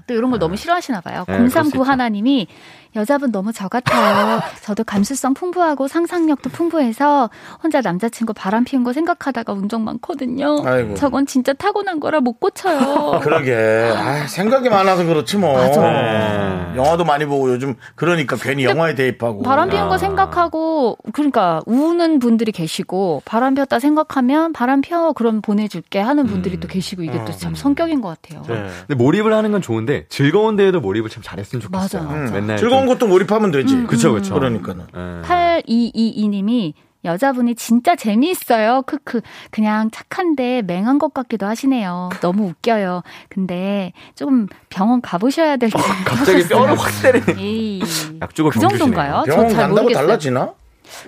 [SPEAKER 8] 또 이런 걸 너무 싫어하시나 봐요.
[SPEAKER 7] 네, 그럴 수
[SPEAKER 8] 039
[SPEAKER 7] 있죠.
[SPEAKER 8] 하나님이 여자분 너무 저 같아요. 저도 감수성 풍부하고 상상력도 풍부해서 혼자 남자친구 바람 피운 거 생각하다가 운정 많거든요.
[SPEAKER 1] 아이고.
[SPEAKER 8] 저건 진짜 타고난 거라 못 고쳐요.
[SPEAKER 1] 그러게 아, 생각이 많아서 그렇지 뭐.
[SPEAKER 8] 맞아.
[SPEAKER 7] 네.
[SPEAKER 1] 영화도 많이 보고 요즘 그러니까 괜히 영화에 대입하고.
[SPEAKER 8] 바람 피운 거 생각하고 그러니까 우는 분들이 계시고 바람 피웠다 생각하면 바람 피워 그럼 보내줄게 하는 분들이
[SPEAKER 7] 음.
[SPEAKER 8] 또 계시고 이게
[SPEAKER 7] 어.
[SPEAKER 8] 또 참 성격인 것
[SPEAKER 7] 네.
[SPEAKER 8] 같아요.
[SPEAKER 1] 네.
[SPEAKER 7] 근데 몰입을 하는 건 좋은데 즐거운 데에도 몰입을 참 잘했으면 좋겠어요.
[SPEAKER 8] 맞아,
[SPEAKER 1] 음.
[SPEAKER 7] 맨날 음,
[SPEAKER 1] 즐거운 것도 몰입하면 되지.
[SPEAKER 7] 그쵸, 그쵸.
[SPEAKER 1] 그러니까는.
[SPEAKER 7] 좀, 예.
[SPEAKER 8] 8222님이 여자분이 진짜 재미있어요. 크크. 그냥 착한데 맹한 것 같기도 하시네요. 너무 웃겨요. 근데 좀 병원 가보셔야 될 것 같아요.
[SPEAKER 2] 갑자기 뼈를 확 때리네.
[SPEAKER 8] 에이.
[SPEAKER 7] 약 주고
[SPEAKER 8] 그
[SPEAKER 7] 병
[SPEAKER 8] 정도인가요?
[SPEAKER 1] 병원
[SPEAKER 8] 저 잘
[SPEAKER 1] 간다고
[SPEAKER 8] 모르겠어요.
[SPEAKER 1] 달라지나?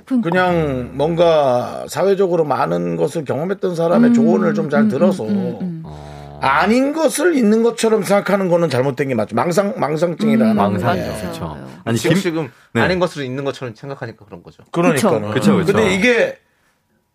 [SPEAKER 8] 그러니까.
[SPEAKER 1] 그냥 뭔가 사회적으로 많은 것을 경험했던 사람의
[SPEAKER 8] 음,
[SPEAKER 1] 조언을 좀 잘 들어서 아닌 것을 있는 것처럼 생각하는 거는 잘못된 게 맞죠. 망상
[SPEAKER 8] 음.
[SPEAKER 1] 망상증이라는
[SPEAKER 7] 망상이죠.
[SPEAKER 1] 게.
[SPEAKER 7] 그렇죠.
[SPEAKER 8] 맞아요.
[SPEAKER 7] 아니
[SPEAKER 2] 지금
[SPEAKER 7] 김
[SPEAKER 2] 지금
[SPEAKER 7] 네.
[SPEAKER 2] 아닌 것으로 있는 것처럼 생각하니까 그런 거죠.
[SPEAKER 1] 그러니까는.
[SPEAKER 7] 그쵸, 그쵸.
[SPEAKER 1] 근데 이게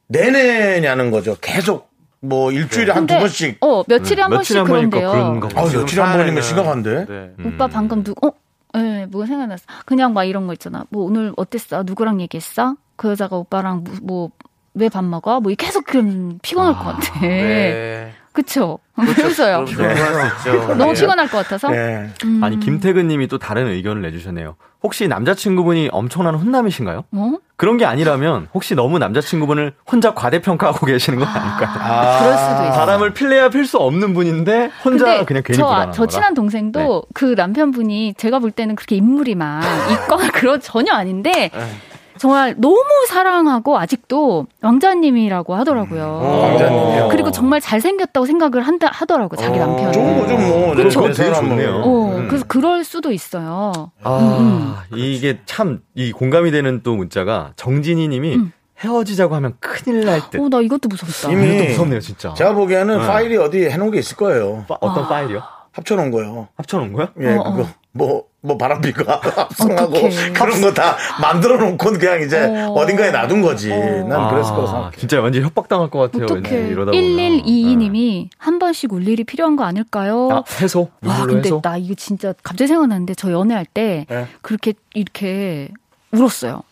[SPEAKER 1] 내내냐는 거죠. 계속 뭐 일주일에 한 두
[SPEAKER 8] 근데,
[SPEAKER 1] 번씩.
[SPEAKER 8] 어, 며칠에 한 번씩
[SPEAKER 7] 네. 며칠 한 번이니까
[SPEAKER 8] 그런데요.
[SPEAKER 7] 그런 거.
[SPEAKER 1] 아,
[SPEAKER 7] 같아요.
[SPEAKER 1] 며칠에 한 번이면 심각한데.
[SPEAKER 2] 네.
[SPEAKER 8] 오빠 방금 누, 어? 예, 뭐가 생각났어. 그냥 막 이런 거 있잖아. 뭐 오늘 어땠어? 누구랑 얘기했어? 그 여자가 오빠랑 뭐, 왜 밥 먹어? 뭐 계속 그럼 피곤할 것 같아.
[SPEAKER 2] 네.
[SPEAKER 8] 그쵸? 그래서요. 너무 피곤할 것 같아서. 음.
[SPEAKER 1] 예.
[SPEAKER 7] 네. 아니 김태근님이 또 다른 의견을 내주셨네요. 혹시 남자친구분이 엄청난 혼남이신가요?
[SPEAKER 8] 어?
[SPEAKER 7] 그런 게 아니라면 혹시 너무 남자친구분을 혼자 과대평가하고 계시는 건 아닐까요?
[SPEAKER 8] 그럴 수도 있어.
[SPEAKER 7] 바람을 필래야 필 수 없는 분인데 혼자 그냥 괜히
[SPEAKER 8] 저,
[SPEAKER 7] 불안한
[SPEAKER 8] 아- 저
[SPEAKER 7] 거라.
[SPEAKER 8] 친한 동생도
[SPEAKER 7] 네. 아.
[SPEAKER 8] 그 남편분이 제가 볼 때는 그렇게 인물이 막 있거나 그런 전혀 아닌데
[SPEAKER 7] 네.
[SPEAKER 8] 정말 너무 사랑하고 아직도 왕자님이라고
[SPEAKER 7] 음.
[SPEAKER 1] 아,
[SPEAKER 8] 하더라고요.
[SPEAKER 7] 어.
[SPEAKER 1] 왕자님이요?
[SPEAKER 8] 어,
[SPEAKER 1] 어,
[SPEAKER 8] 그리고 정말 잘생겼다고 생각을 한다 하더라고요. 자기 남편이. 그렇죠.
[SPEAKER 1] 좋은 거죠, 뭐.
[SPEAKER 7] 그쵸,
[SPEAKER 1] 내
[SPEAKER 7] 그건 되게
[SPEAKER 1] 사람은. 음.
[SPEAKER 7] 좋네요. 음.
[SPEAKER 8] 어, 그래서 음. 그럴 수도 있어요.
[SPEAKER 7] 아, 이게 참 이 공감이 되는 또 문자가 정진희님이 헤어지자고 하면 큰일 날 듯.
[SPEAKER 8] 음.
[SPEAKER 7] 아,
[SPEAKER 8] 어, 나 이것도 무섭다.
[SPEAKER 1] 이미-
[SPEAKER 7] 이것도 무섭네요 진짜.
[SPEAKER 1] 제가 보기에는
[SPEAKER 7] 네.
[SPEAKER 1] 파일이 어디 해놓은 게 있을 거예요.
[SPEAKER 7] 파- 어떤
[SPEAKER 8] 아.
[SPEAKER 7] 파일이요?
[SPEAKER 1] 합쳐놓은 거요.
[SPEAKER 7] 합쳐놓은 거야?
[SPEAKER 1] 예, 그거 뭐. 뭐 바람피가 합성하고
[SPEAKER 8] 어, 어떡해. 아.
[SPEAKER 1] 그런 거 다 만들어 놓고 그냥 이제
[SPEAKER 8] 어.
[SPEAKER 1] 어. 딘가에 놔둔 거지. 난 그랬을 거라고
[SPEAKER 7] 아,
[SPEAKER 1] 생각해.
[SPEAKER 7] 진짜 왠지 협박당할 것 같아요. 왠지
[SPEAKER 8] 어떻게
[SPEAKER 7] 네, 이러다 보면. 네.
[SPEAKER 8] 1122님이 한 번씩 울 일이 필요한 거 아닐까요?
[SPEAKER 7] 아, 해소?
[SPEAKER 8] 와,
[SPEAKER 7] 눈물로
[SPEAKER 8] 근데
[SPEAKER 7] 해소?
[SPEAKER 8] 나 이거 진짜 갑자기 생각났는데 저 연애할 때
[SPEAKER 1] 네.
[SPEAKER 8] 그렇게 이렇게 울었어요.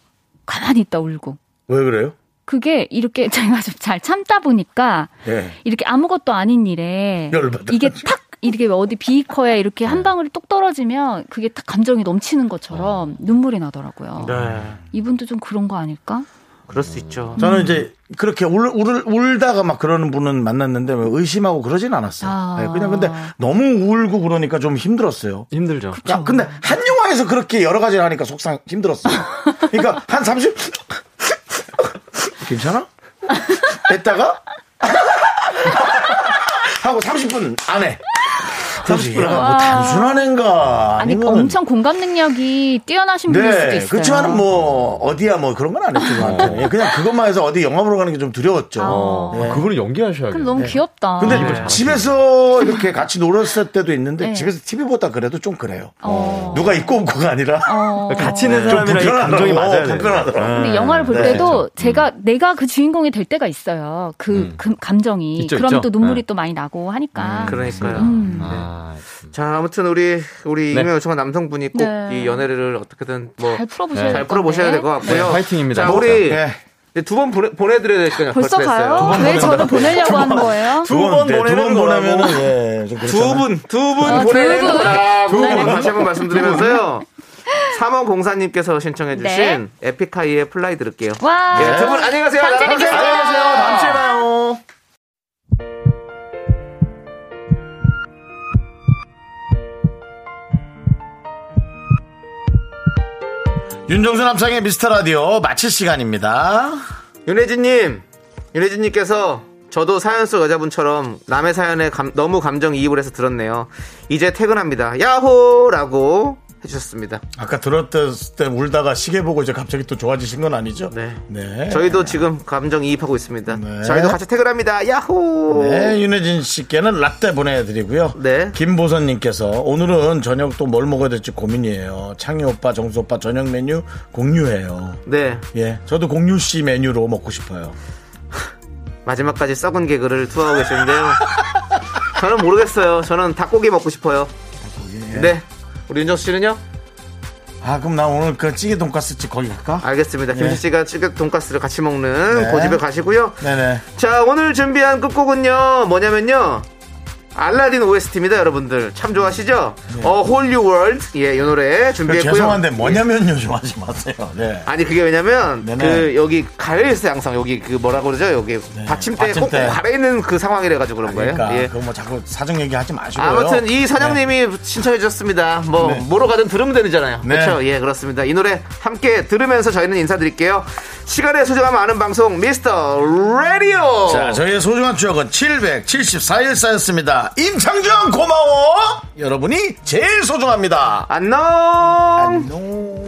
[SPEAKER 8] 가만히 있다 울고.
[SPEAKER 1] 왜 그래요?
[SPEAKER 8] 그게 이렇게 제가 좀 잘 참다 보니까
[SPEAKER 1] 예.
[SPEAKER 8] 이렇게 아무것도 아닌 일에
[SPEAKER 1] 열받아가지고. 네.
[SPEAKER 8] 이게 탁 이렇게 어디 비이커에 이렇게 한 방울이 뚝 떨어지면 그게 탁 감정이 넘치는
[SPEAKER 1] 어.
[SPEAKER 8] 것처럼 눈물이 나더라고요.
[SPEAKER 1] 네.
[SPEAKER 8] 이분도 좀 그런 거 아닐까?
[SPEAKER 2] 그럴 수 있죠.
[SPEAKER 8] 음.
[SPEAKER 1] 저는 이제 그렇게 울, 울, 울다가 막 그러는 분은 만났는데 왜 의심하고 그러진 않았어요.
[SPEAKER 8] 아.
[SPEAKER 1] 네, 그냥 근데 너무 울고 그러니까 좀 힘들었어요.
[SPEAKER 7] 힘들죠.
[SPEAKER 1] 야, 근데 한 영화에서 그렇게 여러 가지를 하니까 속상 힘들었어요. 그러니까 한 30. 괜찮아? 뱉다가 하고 30분 안에. 30분 안에 뭐 단순한 애인가
[SPEAKER 8] 아니
[SPEAKER 1] 아니면
[SPEAKER 8] 엄청 공감 능력이 뛰어나신 분일 수도
[SPEAKER 1] 네,
[SPEAKER 8] 있어요. 어.
[SPEAKER 1] 그렇지만은 뭐 어디야 뭐 그런 건 안 했죠 저한테는. 예, 그냥 그것만 해서 어디 영화 보러 가는 게 좀 두려웠죠.
[SPEAKER 8] 아.
[SPEAKER 1] 네.
[SPEAKER 7] 그걸 연기하셔야
[SPEAKER 8] 그럼 너무 귀엽다.
[SPEAKER 1] 근데
[SPEAKER 7] 네.
[SPEAKER 1] 집에서 이렇게 같이 놀았을 때도 있는데
[SPEAKER 8] 네.
[SPEAKER 1] 집에서 TV보다 그래도 좀 그래요.
[SPEAKER 8] 어.
[SPEAKER 1] 누가 입고 온 거가 아니라
[SPEAKER 8] 어.
[SPEAKER 7] 같이 있는
[SPEAKER 1] 네. 좀
[SPEAKER 7] 사람이랑 이
[SPEAKER 1] 불편하더라고.
[SPEAKER 7] 감정이 맞아야 돼요.
[SPEAKER 1] 불편하더라고.
[SPEAKER 8] 근데 영화를 볼
[SPEAKER 1] 네.
[SPEAKER 8] 때도 제가 내가 그 주인공이 될 때가 있어요. 그,
[SPEAKER 7] 음.
[SPEAKER 8] 그 감정이
[SPEAKER 7] 있죠,
[SPEAKER 8] 그럼
[SPEAKER 7] 있죠.
[SPEAKER 8] 또 눈물이
[SPEAKER 7] 네.
[SPEAKER 8] 또 많이 나고 하니까.
[SPEAKER 2] 그러니까요. 네.
[SPEAKER 8] 음.
[SPEAKER 7] 아,
[SPEAKER 2] 자, 아무튼 우리 우리
[SPEAKER 7] 네.
[SPEAKER 2] 익명 요청한 남성분이 꼭 이
[SPEAKER 8] 네.
[SPEAKER 2] 연애를 어떻게든 뭐
[SPEAKER 8] 잘
[SPEAKER 2] 잘,
[SPEAKER 8] 풀어보셔야 될
[SPEAKER 2] 풀어보셔야
[SPEAKER 8] 건데.
[SPEAKER 2] 될 것
[SPEAKER 7] 네,
[SPEAKER 2] 같고요.
[SPEAKER 7] 화이팅입니다.
[SPEAKER 2] 자, 우리
[SPEAKER 1] 네.
[SPEAKER 2] 두 번 보내, 보내드려야 될 거냐?
[SPEAKER 8] 벌써 가요? 왜 저를 보내려고 하는 거예요?
[SPEAKER 1] 두번
[SPEAKER 2] 네, 두번
[SPEAKER 1] 보내는
[SPEAKER 2] 보내면은
[SPEAKER 1] 거라고. 예, 좀 그렇잖아요.
[SPEAKER 2] 두 분, 두 분
[SPEAKER 8] 아, 두
[SPEAKER 2] 보내는
[SPEAKER 8] 분.
[SPEAKER 2] 거라고
[SPEAKER 8] 두 분.
[SPEAKER 2] 다시 한번 말씀드리면서요. 3원 공사님께서 신청해주신
[SPEAKER 8] 네.
[SPEAKER 2] 에픽하이의 플라이 들을게요.
[SPEAKER 8] 와.
[SPEAKER 2] 예, 두분 안녕히 가세요.
[SPEAKER 8] 감사드리겠습니다.
[SPEAKER 2] 나가세요. 안녕히 계세요. 다음 주에 봐요.
[SPEAKER 1] 윤정수 남창의 미스터 라디오 마칠 시간입니다.
[SPEAKER 2] 윤혜진님, 윤혜진님께서 저도 사연 속 여자분처럼 남의 사연에 감- 너무 감정 이입을 해서 들었네요. 이제 퇴근합니다. 야호라고 해주셨습니다.
[SPEAKER 1] 아까 들었을 때 울다가 시계 보고 이제 갑자기 또 좋아지신 건 아니죠?
[SPEAKER 2] 네.
[SPEAKER 1] 네.
[SPEAKER 2] 저희도 지금 감정 이입하고 있습니다.
[SPEAKER 1] 네.
[SPEAKER 2] 저희도 같이 퇴근합니다. 야호.
[SPEAKER 1] 네, 윤혜진 씨께는 라떼 보내드리고요.
[SPEAKER 2] 네.
[SPEAKER 1] 김보선님께서 오늘은 저녁 또 뭘 먹어야 될지 고민이에요. 창희 오빠, 정수 오빠 저녁 메뉴 공유해요.
[SPEAKER 2] 네.
[SPEAKER 1] 예, 저도 공유 씨 메뉴로 먹고 싶어요.
[SPEAKER 2] 마지막까지 썩은 개그를 투하하고 계시는데요. 저는 모르겠어요. 저는 닭고기 먹고 싶어요. 네. 우리 윤정수 씨는요?
[SPEAKER 1] 아, 그럼 나 오늘 그 찌개 돈가스집 거기 갈까?
[SPEAKER 2] 알겠습니다. 김수 씨가 찌개 돈가스를 같이 먹는
[SPEAKER 1] 네.
[SPEAKER 2] 고집에 가시고요.
[SPEAKER 1] 네네. 그
[SPEAKER 2] 자, 오늘 준비한 끝곡은요. 뭐냐면요. 알라딘 OST입니다, 여러분들. 참 좋아하시죠? 어, 홀리 월드. 예, 이 노래
[SPEAKER 1] 네. 그
[SPEAKER 2] 준비했고요. 예.
[SPEAKER 1] 죄송한데 뭐냐면요 좀 하지 마세요. 네.
[SPEAKER 2] 아니 그게 왜냐면
[SPEAKER 1] 네네. 네.
[SPEAKER 2] 그 여기 가려 있어요 항상 여기 그 뭐라 그러죠 여기 받침대에 꼭
[SPEAKER 1] 받침대.
[SPEAKER 2] 가려 있는 그 상황이라 가지고 그런 거예요.
[SPEAKER 1] 그러니까
[SPEAKER 2] 예.
[SPEAKER 1] 그거 뭐 자꾸 사정 얘기하지 마시고요.
[SPEAKER 2] 아무튼 이 사장님이 신청해 주셨습니다. 뭐
[SPEAKER 1] 네.
[SPEAKER 2] 뭐로 가든 들으면 되잖아요.
[SPEAKER 1] 네.
[SPEAKER 2] 그렇죠? 예, 그렇습니다. 이 노래 함께 들으면서 저희는 인사드릴게요. 시간의 소중함 아는 방송 미스터 라디오.
[SPEAKER 1] 자, 저희의 소중한 추억은 774일 쌓였습니다. 임창정 고마워! 여러분이 제일 소중합니다.
[SPEAKER 2] 안녕.
[SPEAKER 1] 안녕.